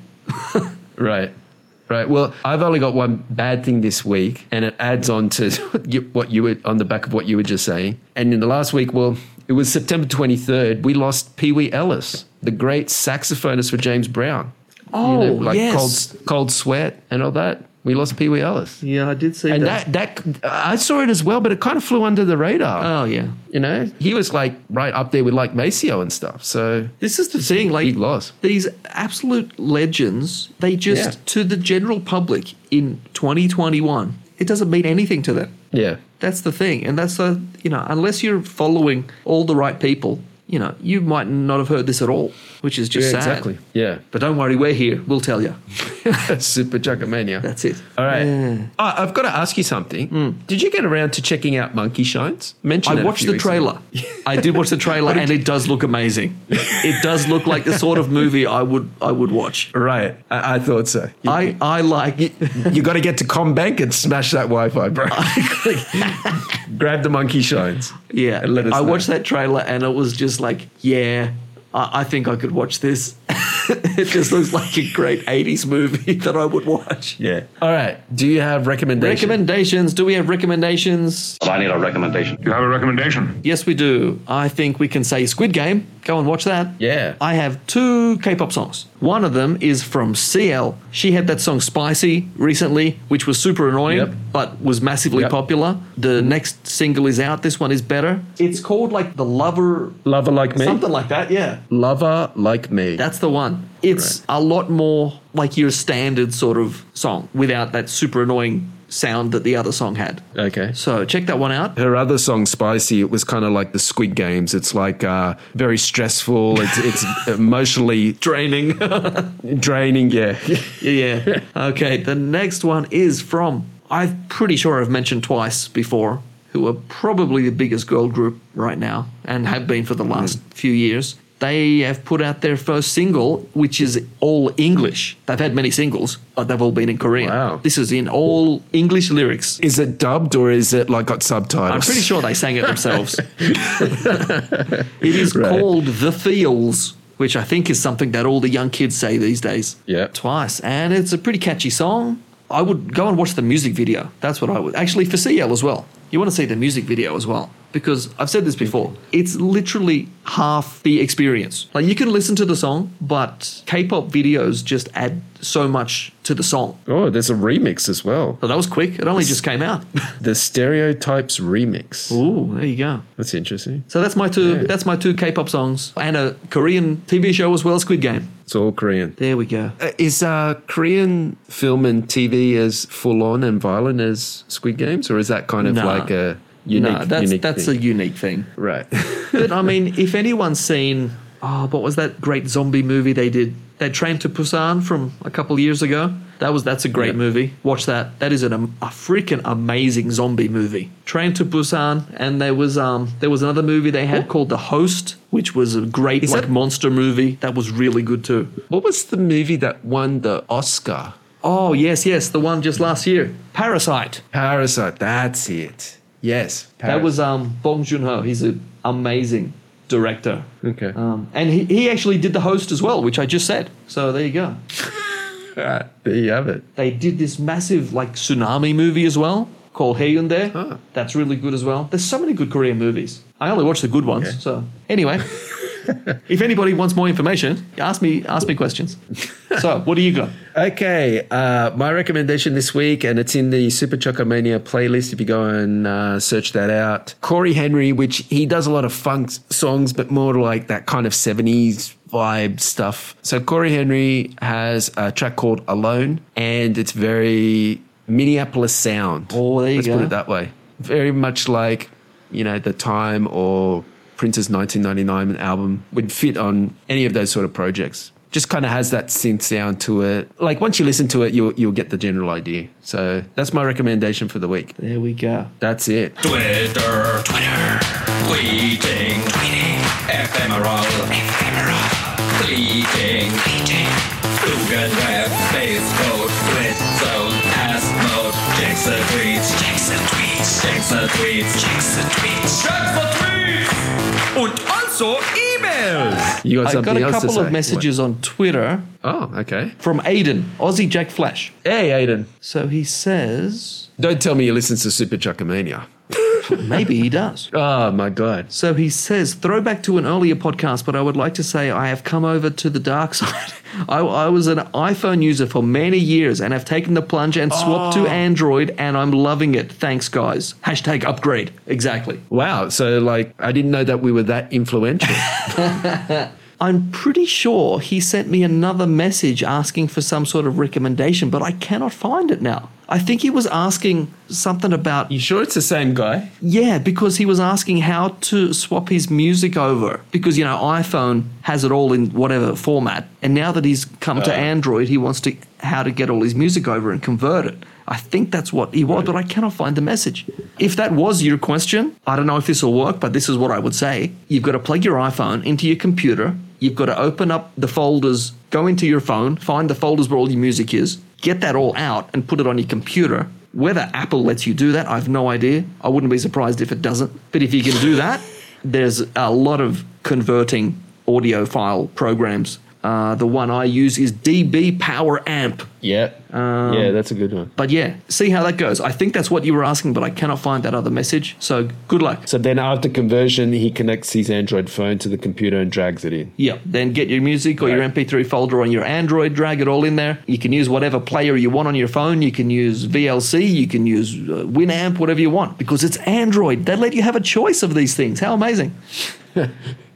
A: Right. Right. Well, I've only got one bad thing this week, and it adds on to [laughs] you- what you were on the back of what you were just saying. And in the last week, well, it was September 23rd, we lost Pee Wee Ellis, the great saxophonist for James Brown.
B: Oh,
A: like
B: yes.
A: cold, cold sweat and all that. We lost Pee Wee Ellis.
B: Yeah, I did see
A: And that, that, I saw it as well, but it kind of flew under the radar.
B: Oh yeah.
A: you know, he was like right up there with like Maceo and stuff. So
B: This is the thing, like
A: big loss.
B: these absolute legends, they just
A: Yeah.
B: to the general public in 2021, it doesn't mean anything to them.
A: yeah,
B: That's the thing, and that's the you know, unless you're following all the right people, you know, you might not have heard this at all, which is just
A: yeah,
B: sad.
A: exactly. Yeah,
B: But don't worry, we're here. We'll tell you.
A: [laughs] super Juggermania.
B: That's it.
A: All right.
B: Yeah. Hmm.
A: Oh, I've got to ask you something. Did you get around to checking out Monkey Shines? Mention
B: I watched the trailer. I did watch the trailer, and it does look amazing. It does look like the sort of movie I would I would watch.
A: [laughs] Right. I, I thought so. You,
B: I I like
A: [laughs] you got to get to Combank and smash that Wi
B: [laughs]
A: Fi, bro. [laughs] Grab the Monkey Shines.
B: yeah.
A: And let us
B: I
A: know.
B: watched that trailer, and it was just like yeah. I I think I could watch this. [laughs] it just looks like a great 80s movie [laughs] that I would watch.
A: Yeah. All right. Do you have recommendations?
B: Recommendations. Do we have recommendations?
C: I need a recommendation.
D: You have a recommendation?
B: Yes, we do. I think we can say Squid Game. Go and watch that.
A: Yeah.
B: I have two K pop songs. One of them is from CL. She had that song Spicy recently, which was super annoying,
A: Yep.
B: but was massively
A: Yep.
B: popular. The next single is out. This one is better. It's called like The Lover,
A: Lover Like Me.
B: something like that. Yeah.
A: Lover Like Me.
B: That's the one. It's a lot more like your standard sort of song without that super annoying sound that the other song had.
A: okay.
B: So check that one
A: [laughs]
B: out.
A: her other song spicy it was kind of like the squid games it's like uh, very stressful it's, [laughs] it's emotionally [laughs]
B: Draining.
A: draining yeah
B: Yeah. [laughs] Okay. The next one is from I'm pretty sure I've mentioned twice before, who are probably the biggest girl group right now and have been for the
A: Hmm.
B: last few years. They have put out their first single, which is all English. They've had many singles, but they've all been in Korean.
A: Wow.
B: This is in all English lyrics.
A: is it dubbed or is it like got subtitles
B: I'm pretty sure they sang it
A: [laughs]
B: themselves. it is
A: Right.
B: called The Feels, which I think is something that all the young kids say these days.
A: Yeah.
B: Twice. And it's a pretty catchy song. I would go and watch the music video. That's what I would. Actually, for CL as well. You want to see the music video as well. Because I've said this before, it's literally half the experience. Like, you can listen to the song, but K pop videos just add so much to the song.
A: oh there's a remix as well
B: So that was quick. It only just came out. [laughs]
A: the stereotypes remix
B: Ooh, there you go.
A: that's interesting
B: So that's my two. That's my two K-pop songs and a Korean TV show as well, Squid Game.
A: it's all korean
B: There we go.
A: is uh, korean film and tv as full-on and violent as squid games or is that kind of
B: Nah.
A: like a unique
B: no, that's
A: unique
B: that's
A: thing?
B: a unique thing.
A: right [laughs]
B: But I mean, if anyone's seen, oh, what was that great zombie movie they did? That Train to Busan from a couple years ago. That was that's a great
A: Yeah.
B: movie. Watch that. That is an, am- a freaking amazing zombie movie. Train to Busan, and there was um there was another movie they had called The Host, which was a great
A: Is
B: like
A: that-
B: monster movie that was really good too.
A: what was the movie that won the oscar
B: Oh yes, yes, the one just last year, Parasite.
A: Parasite. That's it. Yes.
B: That was um, Bong Joon Ho. He's an amazing director.
A: Okay.
B: Um, and he, he actually did the host as well, which I just said. So there you go.
A: Alright, Uh, there you have it.
B: They did this massive like tsunami movie as well called Hyundai.
A: Huh.
B: That's really good as well. There's so many good Korean movies. I only watch the good ones.
A: Okay.
B: So
A: [laughs]
B: anyway, if anybody wants more information, ask me ask me questions. so what do you got?
A: Okay. Uh, my recommendation this week, and it's in the Super Chocomania playlist if you go and uh, search that out. Corey Henry, which he does a lot of funk s- songs, but more like that kind of 70s vibe stuff. So Corey Henry has a track called Alone, and it's very Minneapolis sound.
B: Oh, there you
A: Let's
B: go.
A: put it that way. Very much like you know, the time or Prince's 1999 album would fit on any of those sort of projects. Just kind of has that synth sound to it. Like once you listen to it, you'll you'll get the general idea. So that's my recommendation for the week.
B: There we go.
A: That's it.
C: Twitter, Twitter, tweeting, tweeting, ephemeral, ephemeral, fleeting, fleeting, Google Web, Facebook, Twit Zone, Pass Mode, Jackson Tweets, Jackson Tweets, Jackson Tweets, Jackson Tweets, Jackson Tweets, und also E-Mails.
A: You got
B: I
A: something
B: got a
A: else to
B: couple
A: say?
B: of messages on Twitter
A: What? Oh, okay.
B: from Aiden, Aussie Jack Flash.
A: Hey, Aiden.
B: So he says,
A: Don't tell me he listens to Super Chuckamania.
B: maybe he does.
A: Oh my god.
B: So he says, throwback to an earlier podcast, but I would like to say I have come over to the dark [laughs] side. I, I was an iPhone user for many years and have taken the plunge and swapped to Android, and I'm loving it. Thanks, guys. Hashtag upgrade. Exactly.
A: Wow. So like I didn't know that we were that influential.
B: I'm pretty sure he sent me another message asking for some sort of recommendation, but I cannot find it now. I think he was asking something about
A: you sure it's the same guy?
B: Yeah, because he was asking how to swap his music over. Because, you know, iPhone has it all in whatever format. And now that he's come to Android, he wants to how to get all his music over and convert it. I think that's what he was, but I cannot find the message. If that was your question, I don't know if this will work, but this is what I would say. You've got to plug your iPhone into your computer. You've got to open up the folders, go into your phone, find the folders where all your music is, get that all out and put it on your computer. Whether Apple lets you do that, I've no idea. I wouldn't be surprised if it doesn't. But if you can do that, [laughs] there's a lot of converting audio file programs. Uh, the one I use is DB Power Amp.
A: Yeah. yeah, that's a good one.
B: But yeah, see how that goes. I think that's what you were asking, but I cannot find that other message. So good luck.
A: So then after conversion, he connects his Android phone to the computer and drags it in.
B: Yeah, then get your music or your
A: Right.
B: MP3 folder on your Android, drag it all in there. You can use whatever player you want on your phone. You can use VLC, you can use uh, Winamp, whatever you want, because it's Android. They let you have a choice of these things. How amazing!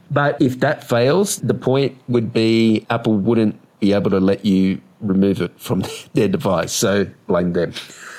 A: But if that fails, the point would be Apple wouldn't be able to let you remove it from [laughs] their device. So blame them.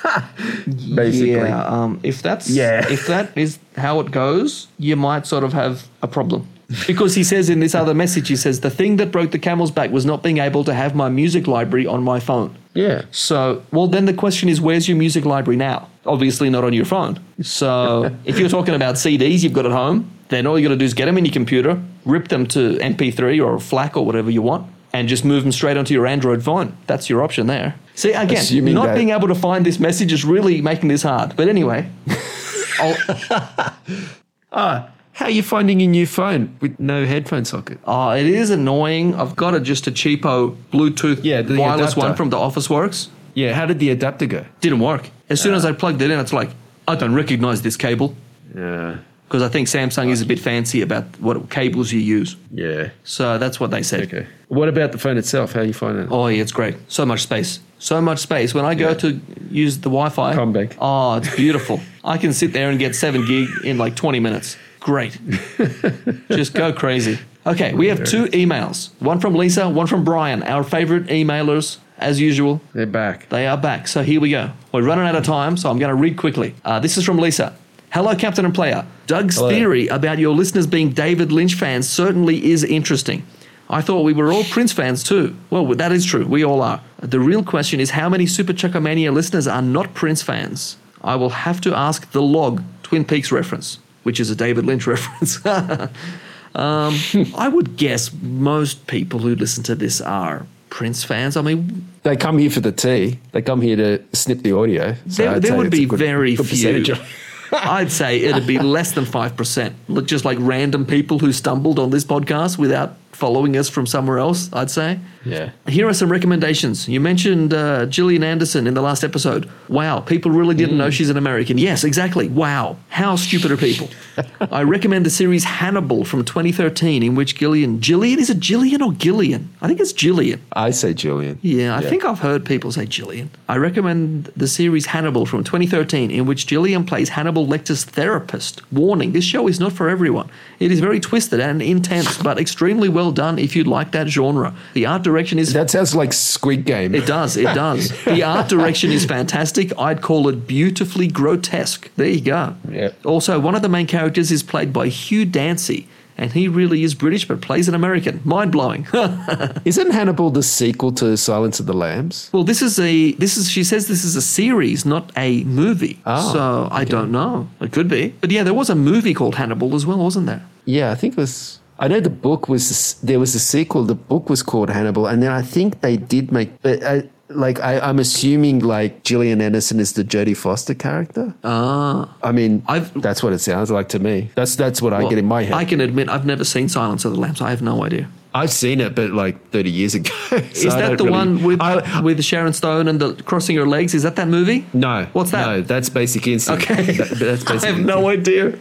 A: [laughs] Basically.
B: Yeah, um, if that's
A: Yeah.
B: if
A: [laughs]
B: that is how it goes, you might sort of have a problem. Because he says in this other message, he says the thing that broke the camel's back was not being able to have my music library on my phone.
A: Yeah.
B: So, well, then the question is, where's your music library now? Obviously, not on your phone.
A: [laughs]
B: So, if you're talking about CDs you've got at home, then all you got to do is get them in your computer, rip them to MP3 or FLAC or whatever you want, and just move them straight onto your Android phone. That's your option there. See, again,
A: Assuming
B: not
A: that-
B: being able to find this message is really making this hard. But
A: [laughs]
B: anyway, Oh, I'll,
A: How are you finding your new phone with no headphone socket?
B: oh, it is annoying. I've got a, just a cheapo Bluetooth
A: Yeah, the
B: wireless one
A: adapter.
B: from the Office Works.
A: Yeah, how did the adapter go?
B: Didn't work. As
A: Uh.
B: soon as I plugged it in, it's like, I don't recognize this cable.
A: Yeah.
B: because I think Samsung is a bit fancy about what cables you use.
A: Yeah.
B: So that's what they said.
A: Okay. What about the phone itself? How are you finding it?
B: Oh yeah, it's great. So much space. So much space. When I go to use the Wi-Fi,
A: Combank.
B: Oh, it's beautiful. I can sit there and get seven gig in like twenty minutes. Great. Just go crazy. Okay, we have two emails. One from Lisa, one from Brian. Our favorite emailers, as usual.
A: They're back.
B: They are back. So here we go. We're running out of time, so I'm going to read quickly. Uh, this is from Lisa. Hello, Captain and Player. Doug's theory about your listeners being David Lynch fans certainly is interesting. I thought we were all Prince fans too. Well, that is true. We all are. The real question is how many Super Chuckamania listeners are not Prince fans? I will have to ask the log Twin Peaks reference, which is a David Lynch [laughs] reference. Um, I would guess most people who listen to this are Prince fans. I mean,
A: They come here for the tea. They come here to snip the audio. So
B: there,
A: I'd
B: there
A: say
B: would
A: it's a
B: be
A: good-
B: very
A: good
B: few.
A: percentage.
B: [laughs] I'd say it'd be less than 5%. Look, Just like random people who stumbled on this podcast without following us from somewhere else, I'd say.
A: Yeah.
B: Here are some recommendations. You mentioned uh, Gillian Anderson in the last episode. Wow, people really didn't
A: Mm.
B: know she's an American. Yes, exactly. Wow, how stupid are
A: [laughs]
B: people? I recommend the series Hannibal from 2013, in which Gillian. Gillian? Is it Gillian or Gillian? I think it's Gillian.
A: I say Julian.
B: Yeah, I think I've heard people say Gillian. I recommend the series Hannibal from 2013, in which Gillian plays Hannibal Lecter's therapist. Warning this show is not for everyone. It is very twisted and intense, but extremely well done if you like that genre. The art direction is
A: That sounds like Squid Game.
B: it does, it
A: [laughs]
B: does. The art direction is fantastic. I'd call it beautifully grotesque. There you go.
A: Yeah.
B: Also, one of the main characters is played by Hugh Dancy, and he really is British but plays an American. Mind [laughs] blowing.
A: Isn't Hannibal the sequel to Silence of the Lambs?
B: well, this is a this is she says this is a series, not a movie.
A: Oh,
B: so I don't know. It could be. But yeah, there was a movie called Hannibal as well, wasn't there?
A: Yeah, I think it was. I know the book was there was a sequel. The book was called Hannibal, and then I think they did make. But I, like I, I'm assuming like Gillian Anderson is the Jodie Foster character.
B: Ah.
A: I mean,
B: I've-
A: that's what it sounds like to me. That's that's what I get in my head.
B: I can admit I've never seen Silence of the Lambs. I have no idea.
A: I've seen it, but like 30 years ago. [laughs]
B: Is that the one with with Sharon Stone and the crossing her legs? Is that that movie?
A: No.
B: What's that?
A: No, that's Basic Instinct.
B: Okay.
A: That- that's Basic
B: [laughs] I have
A: Instinct.
B: no idea.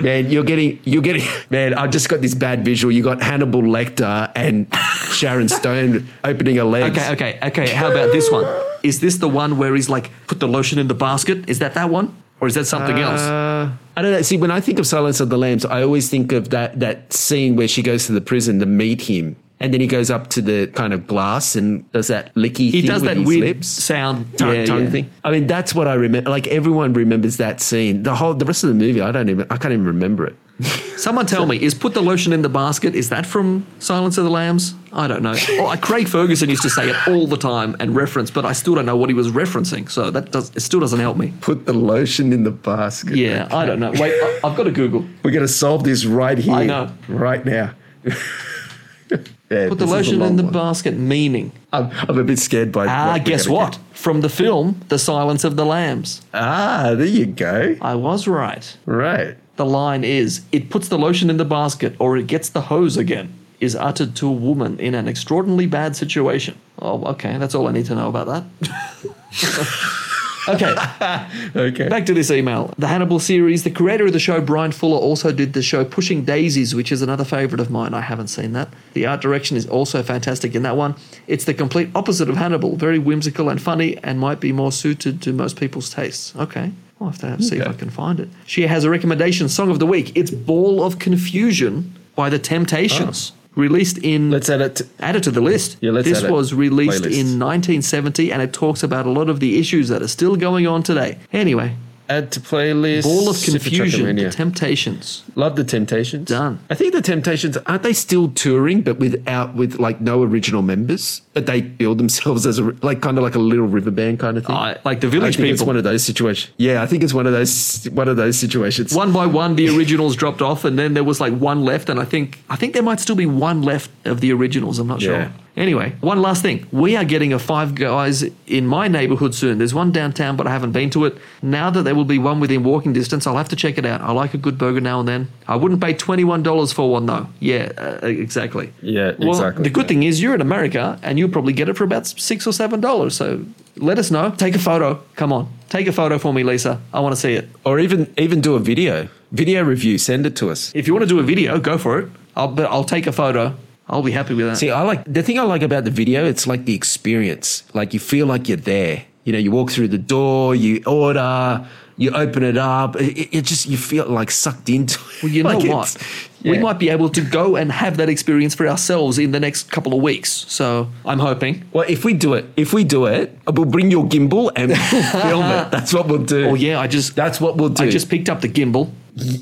A: Man, you're getting, you're getting, [laughs] man, I've just got this bad visual. You got Hannibal Lecter and Sharon Stone opening her legs.
B: Okay, okay, okay. How about this one? Is this the one where he's like, put the lotion in the basket? Is that that one? Or is that something else?
A: Uh, I don't know. See, when I think of Silence of the Lambs, I always think of that that scene where she goes to the prison to meet him, and then he goes up to the kind of glass and does that licky.
B: He
A: thing
B: does
A: with
B: that
A: his
B: weird
A: lips.
B: sound
A: tongue,
B: yeah,
A: tongue
B: yeah.
A: thing. I mean, that's what I remember. Like everyone remembers that scene. The whole, the rest of the movie, I don't even, I can't even remember it.
B: Someone tell me, is put the lotion in the basket? Is that from Silence of the Lambs? I don't
A: [laughs]
B: know. Oh, Craig Ferguson used to say it all the time and reference, but I still don't know what he was referencing. So that does it still doesn't help me.
A: Put the lotion in the basket.
B: Yeah, I don't know. Wait, I, I've got to Google.
A: we're gonna solve this right here,
B: I know.
A: right
B: [laughs]
A: now.
B: Put the lotion in the basket. Meaning.
A: I'm, I'm a bit scared by.
B: Ah,
A: we're
B: guess
A: gonna
B: what?
A: get.
B: From the film The Silence of the Lambs.
A: Ah, there you go.
B: I was right.
A: Right.
B: The line is it puts the lotion in the basket or it gets the hose again is uttered to a woman in an extraordinarily bad situation. Oh, okay. That's all I need to know about that. [laughs] okay.
A: Okay.
B: Back to this email. The Hannibal series, the creator of the show, Brian Fuller, also did the show Pushing Daisies, which is another favourite of mine. I haven't seen that. The art direction is also fantastic in that one. It's the complete opposite of Hannibal, very whimsical and funny, and might be more suited to most people's tastes. Okay. I'll have to have- see if I can find it. She has a recommendation song of the week. It's Ball of Confusion by The Temptations. Released in
A: Oh. Let's add it. to-
B: add it to the list.
A: Yeah, let's
B: this
A: add it.
B: was released
A: Playlist.
B: in 1970 and it talks about a lot of the issues that are still going on today. Anyway,
A: Add to playlist.
B: Ball of
A: Super
B: Confusion,
A: Truckermania.
B: The Temptations.
A: Love the Temptations.
B: Done.
A: I think the Temptations aren't they still touring, but without with like no original members, but they build themselves as a like kind of like a little river band kind of thing.
B: Uh, like the
A: I
B: Village
A: think it's
B: People.
A: one
B: One,
A: of those situations. Yeah, I think it's one of those one of those situations.
B: by one, the originals dropped off, and then there was like one left. And I think I think there might still be one left of the originals. I'm not
A: Yeah.
B: sure. Anyway, one last thing. We are getting a Five Guys in my neighborhood soon. There's one downtown, but I haven't been to it. Now that there will be one within walking distance, I'll have to check it out. I like a good burger now and then. I wouldn't pay $21 for one, though. Yeah, uh, exactly.
A: Yeah,
B: well,
A: exactly.
B: The good thing is you're in America and you probably get it for about six or seven dollars. So let us know. Take a photo. Come on. Take a photo for me, Lisa. I want to see it.
A: Or even even do a video video review. Send it to us.
B: If you want to do a video, go for it. I'll but I'll take a photo. I'll be happy with that.
A: See, I like the thing I like about the video. It's like the experience. Like you feel like you're there. You know, you walk through the door, you order, you open it up. It, it- it just you feel like sucked into. It.
B: well, you know
A: [laughs] Like
B: what?
A: it's-
B: We
A: Yeah.
B: might be able to go and have that experience for ourselves in the next couple of weeks. So I'm hoping.
A: Well, if we do it, if we do it, we'll bring your gimbal
B: [laughs]
A: and we'll film it. That's what we'll do.
B: Oh yeah, I just
A: that's what we'll do.
B: I just picked up the gimbal.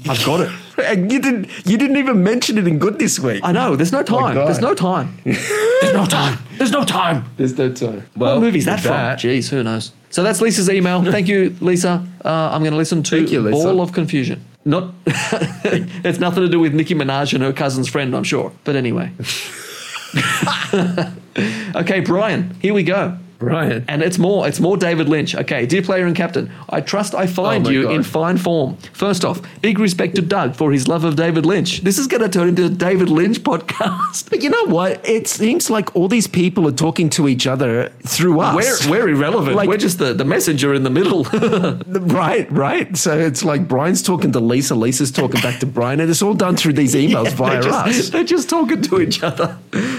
B: I've got it.
A: and you didn't. You didn't even mention it in good this week.
B: I know. There's no time.
A: Oh God.
B: There's no time. There's no time. There's no time.
A: There's no time.
B: what movie is that from? Jeez, who knows? So that's Lisa's email. Thank you, Lisa. Uh, I'm going to listen to
A: Thank you, Lisa.
B: Ball of Confusion. Not, [laughs] it's nothing to do with Nicki Minaj and her cousin's friend, I'm sure. But anyway. [laughs] okay, Brian, here we go.
A: Brian.
B: And it's more. It's more David Lynch. Okay, dear player and captain, I trust I find
A: Oh my
B: you
A: God.
B: in fine form. First off, big respect to Doug for his love of David Lynch. This is going to turn into a David Lynch [laughs] podcast.
A: But you know what? It seems like all these people are talking to each other through
B: We're,
A: us.
B: we're irrelevant.
A: Like-
B: we're just the, the messenger in the middle. [laughs]
A: [laughs] Right, right. So it's like Brian's talking to Lisa, Lisa's talking back to Brian, and it's all done through
B: [laughs]
A: these emails via
B: they're just,
A: us.
B: they're just talking to each other.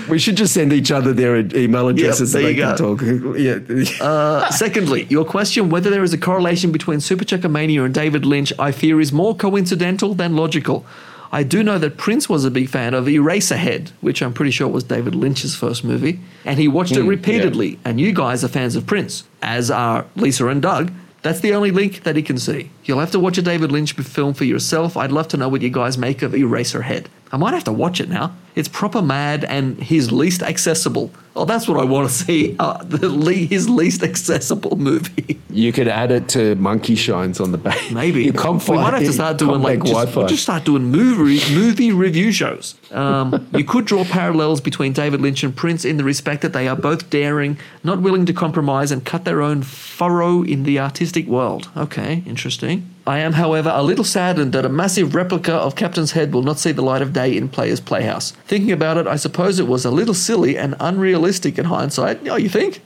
A: We should just send each other their e-, email addresses
B: there
A: so they
B: you
A: can
B: go.
A: talk. [laughs] Yeah.
B: Uh, secondly, your question whether there is a correlation between Super Chuckamania and David Lynch, I fear, is more coincidental than logical. I do know that Prince was a big fan of Eraserhead, which I'm pretty sure was David Lynch's first movie, and he watched it repeatedly. And you guys are fans of Prince, as are Lisa and Doug. That's the only link that he can see. You'll have to watch a David Lynch film for yourself. I'd love to know what you guys make of Eraserhead. I might have to watch it now. It's proper mad and his least accessible. Oh, that's what I want to see. [laughs] Uh, the le- his least accessible [laughs] movie.
A: You could add it to monkey shines on the
B: [laughs]
A: back.
B: Maybe
A: you can't
B: we
A: find
B: might have to start doing like just,
A: Wi-Fi.
B: just start doing movie movie review shows. Um, you could draw parallels between David Lynch and Prince in the respect that they are both daring, not willing to compromise, and cut their own furrow in the artistic world. Okay, interesting. I am, however, a little saddened that a massive replica of Captain's Head will not see the light of day in Player's Playhouse. Thinking about it, I suppose it was a little silly and unrealistic in hindsight. Oh, you think?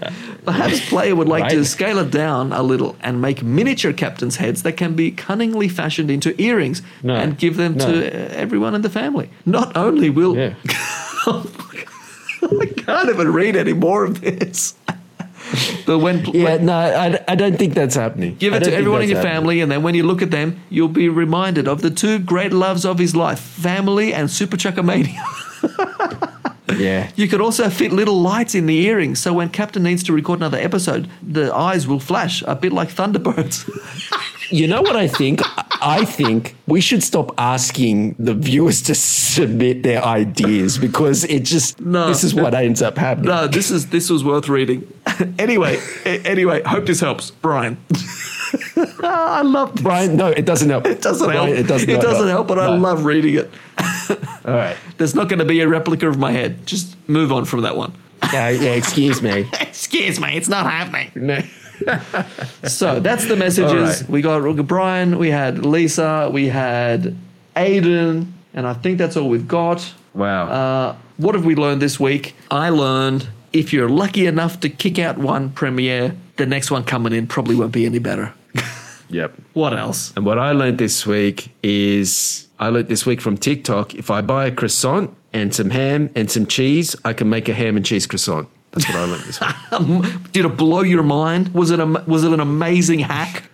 B: [laughs] Perhaps Player would like to
D: Right.
B: scale it down a little and make miniature captains' heads that can be cunningly fashioned into earrings
D: No.
B: and give them
D: No.
B: to uh, everyone in the family. Not only will. [laughs]
D: Yeah.
B: I can't even read any more of this. [laughs] but when.
A: yeah, no, I, I don't think that's happening.
B: Give
A: I
B: it
A: don't
B: to
A: think
B: everyone in
A: that's
B: your
A: happening.
B: family, and then when you look at them, you'll be reminded of the two great loves of his life family and Super Chuckamania. [laughs]
A: Yeah,
B: You could also fit little lights in the earrings, so when Captain needs to record another episode, the eyes will flash a bit like Thunderbirds. [laughs]
A: You know what I think? I think we should stop asking the viewers to submit their ideas because it just
B: No.
A: this is what ends up happening.
B: No, this is this was worth reading. [laughs] anyway, a- anyway, hope this helps, Brian. I love this.
A: Brian, no, it doesn't help. It
B: Doesn't help.
A: It does not
B: not help, but I
A: No.
B: love reading it.
A: All right.
B: There's not going to be a replica of my head. Just move on from that one.
A: Yeah, yeah, excuse [laughs] me.
B: [laughs] Excuse me, it's not happening.
A: No.
B: So that's the messages. We got Brian, we had Lisa, we had Aiden, and I think that's all we've got.
A: Wow.
B: Uh, what have we learned this week? I learned if you're lucky enough to kick out one premiere, the next one coming in probably won't be any better.
A: yep.
B: [laughs] What else?
A: And what I learned this week is I learned this week from TikTok if I buy a croissant and some ham and some cheese, I can make a ham and cheese croissant. That's what I learned this week.
B: Um, did it blow your mind? Was it a, was it an amazing hack?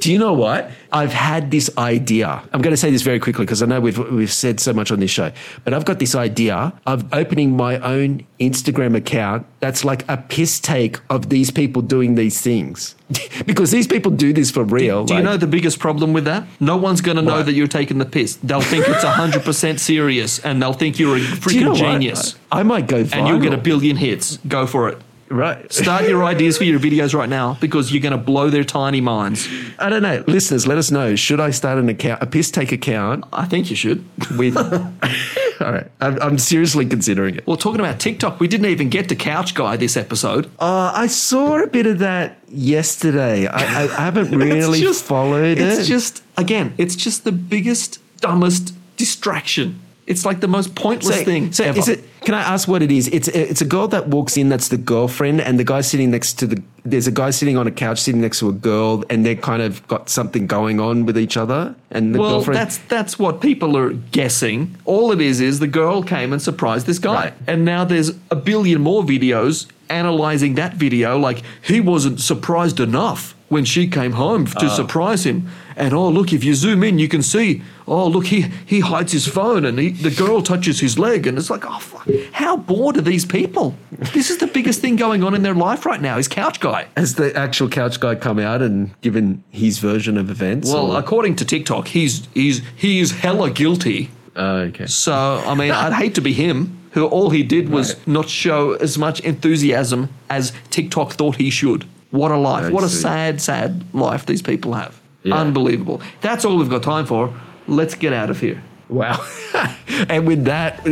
A: Do you know what? I've had this idea. I'm going to say this very quickly because I know we've, we've said so much on this show, but I've got this idea of opening my own Instagram account that's like a piss take of these people doing these things [laughs] because these people do this for real.
B: Do you
A: like-
B: know the biggest problem with that? No one's going to know
A: What?
B: that you're taking the piss. They'll think it's 100% serious and they'll think you're a
A: Do
B: freaking
A: you know what?
B: genius.
A: I, I might go viral.
B: And you'll get a billion hits. Go for it.
A: right.
B: Start your ideas for your videos right now because you're going to blow their tiny minds.
A: [laughs] I don't know. Listeners, let us know. Should I start an account, a piss take account [laughs]
B: I think you should.
A: with. All right. I'm, I'm seriously considering it.
B: Well, talking about TikTok, we didn't even get to Couch Guy this episode.
A: Uh, I saw a bit of that yesterday. I, I [laughs] haven't really followed
B: it's
A: it.
B: just, again, it's just the biggest, dumbest distraction. It's like the most pointless
A: so,
B: thing
A: so
B: ever.
A: is it? Can I ask what it is? It's it's a girl that walks in. That's the girlfriend, and the guy sitting next to the. There's a guy sitting on a couch sitting next to a girl, and they're kind of got something going on with each other. And the
B: well,
A: girlfriend.
B: that's that's what people are guessing. All it is is the girl came and surprised this guy,
A: Right.
B: and now there's a billion more videos analyzing that video. Like he wasn't surprised enough when she came home to
A: Oh.
B: surprise him. And oh look, if you zoom in, you can see. Oh look, he he hides his phone, and he, the girl touches his leg, and it's like, oh, fuck, how bored are these people? This is the biggest thing going on in their life right now. Is couch guy.
A: has the actual couch guy come out and given his version of events?
B: Well,
A: or-
B: according to TikTok, he's he's he's hella guilty.
A: Oh, okay.
B: So, I mean, I'd hate to be him, who all he did was not show as much enthusiasm as TikTok thought he should. What a life.
A: I
B: what a
A: see.
B: sad, sad life these people have.
A: Yeah.
B: Unbelievable. That's all we've got time for. Let's get out of here.
A: Wow. [laughs] and with that,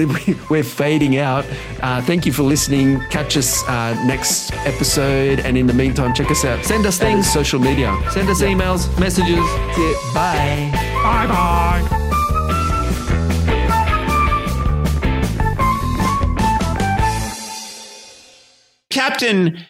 A: [laughs] we're fading out. Uh, thank you for listening. Catch us uh, next episode. And in the meantime, check us out.
B: Send us
A: at
B: things.
A: Social media.
B: Send us emails, messages. Bye.
D: Captain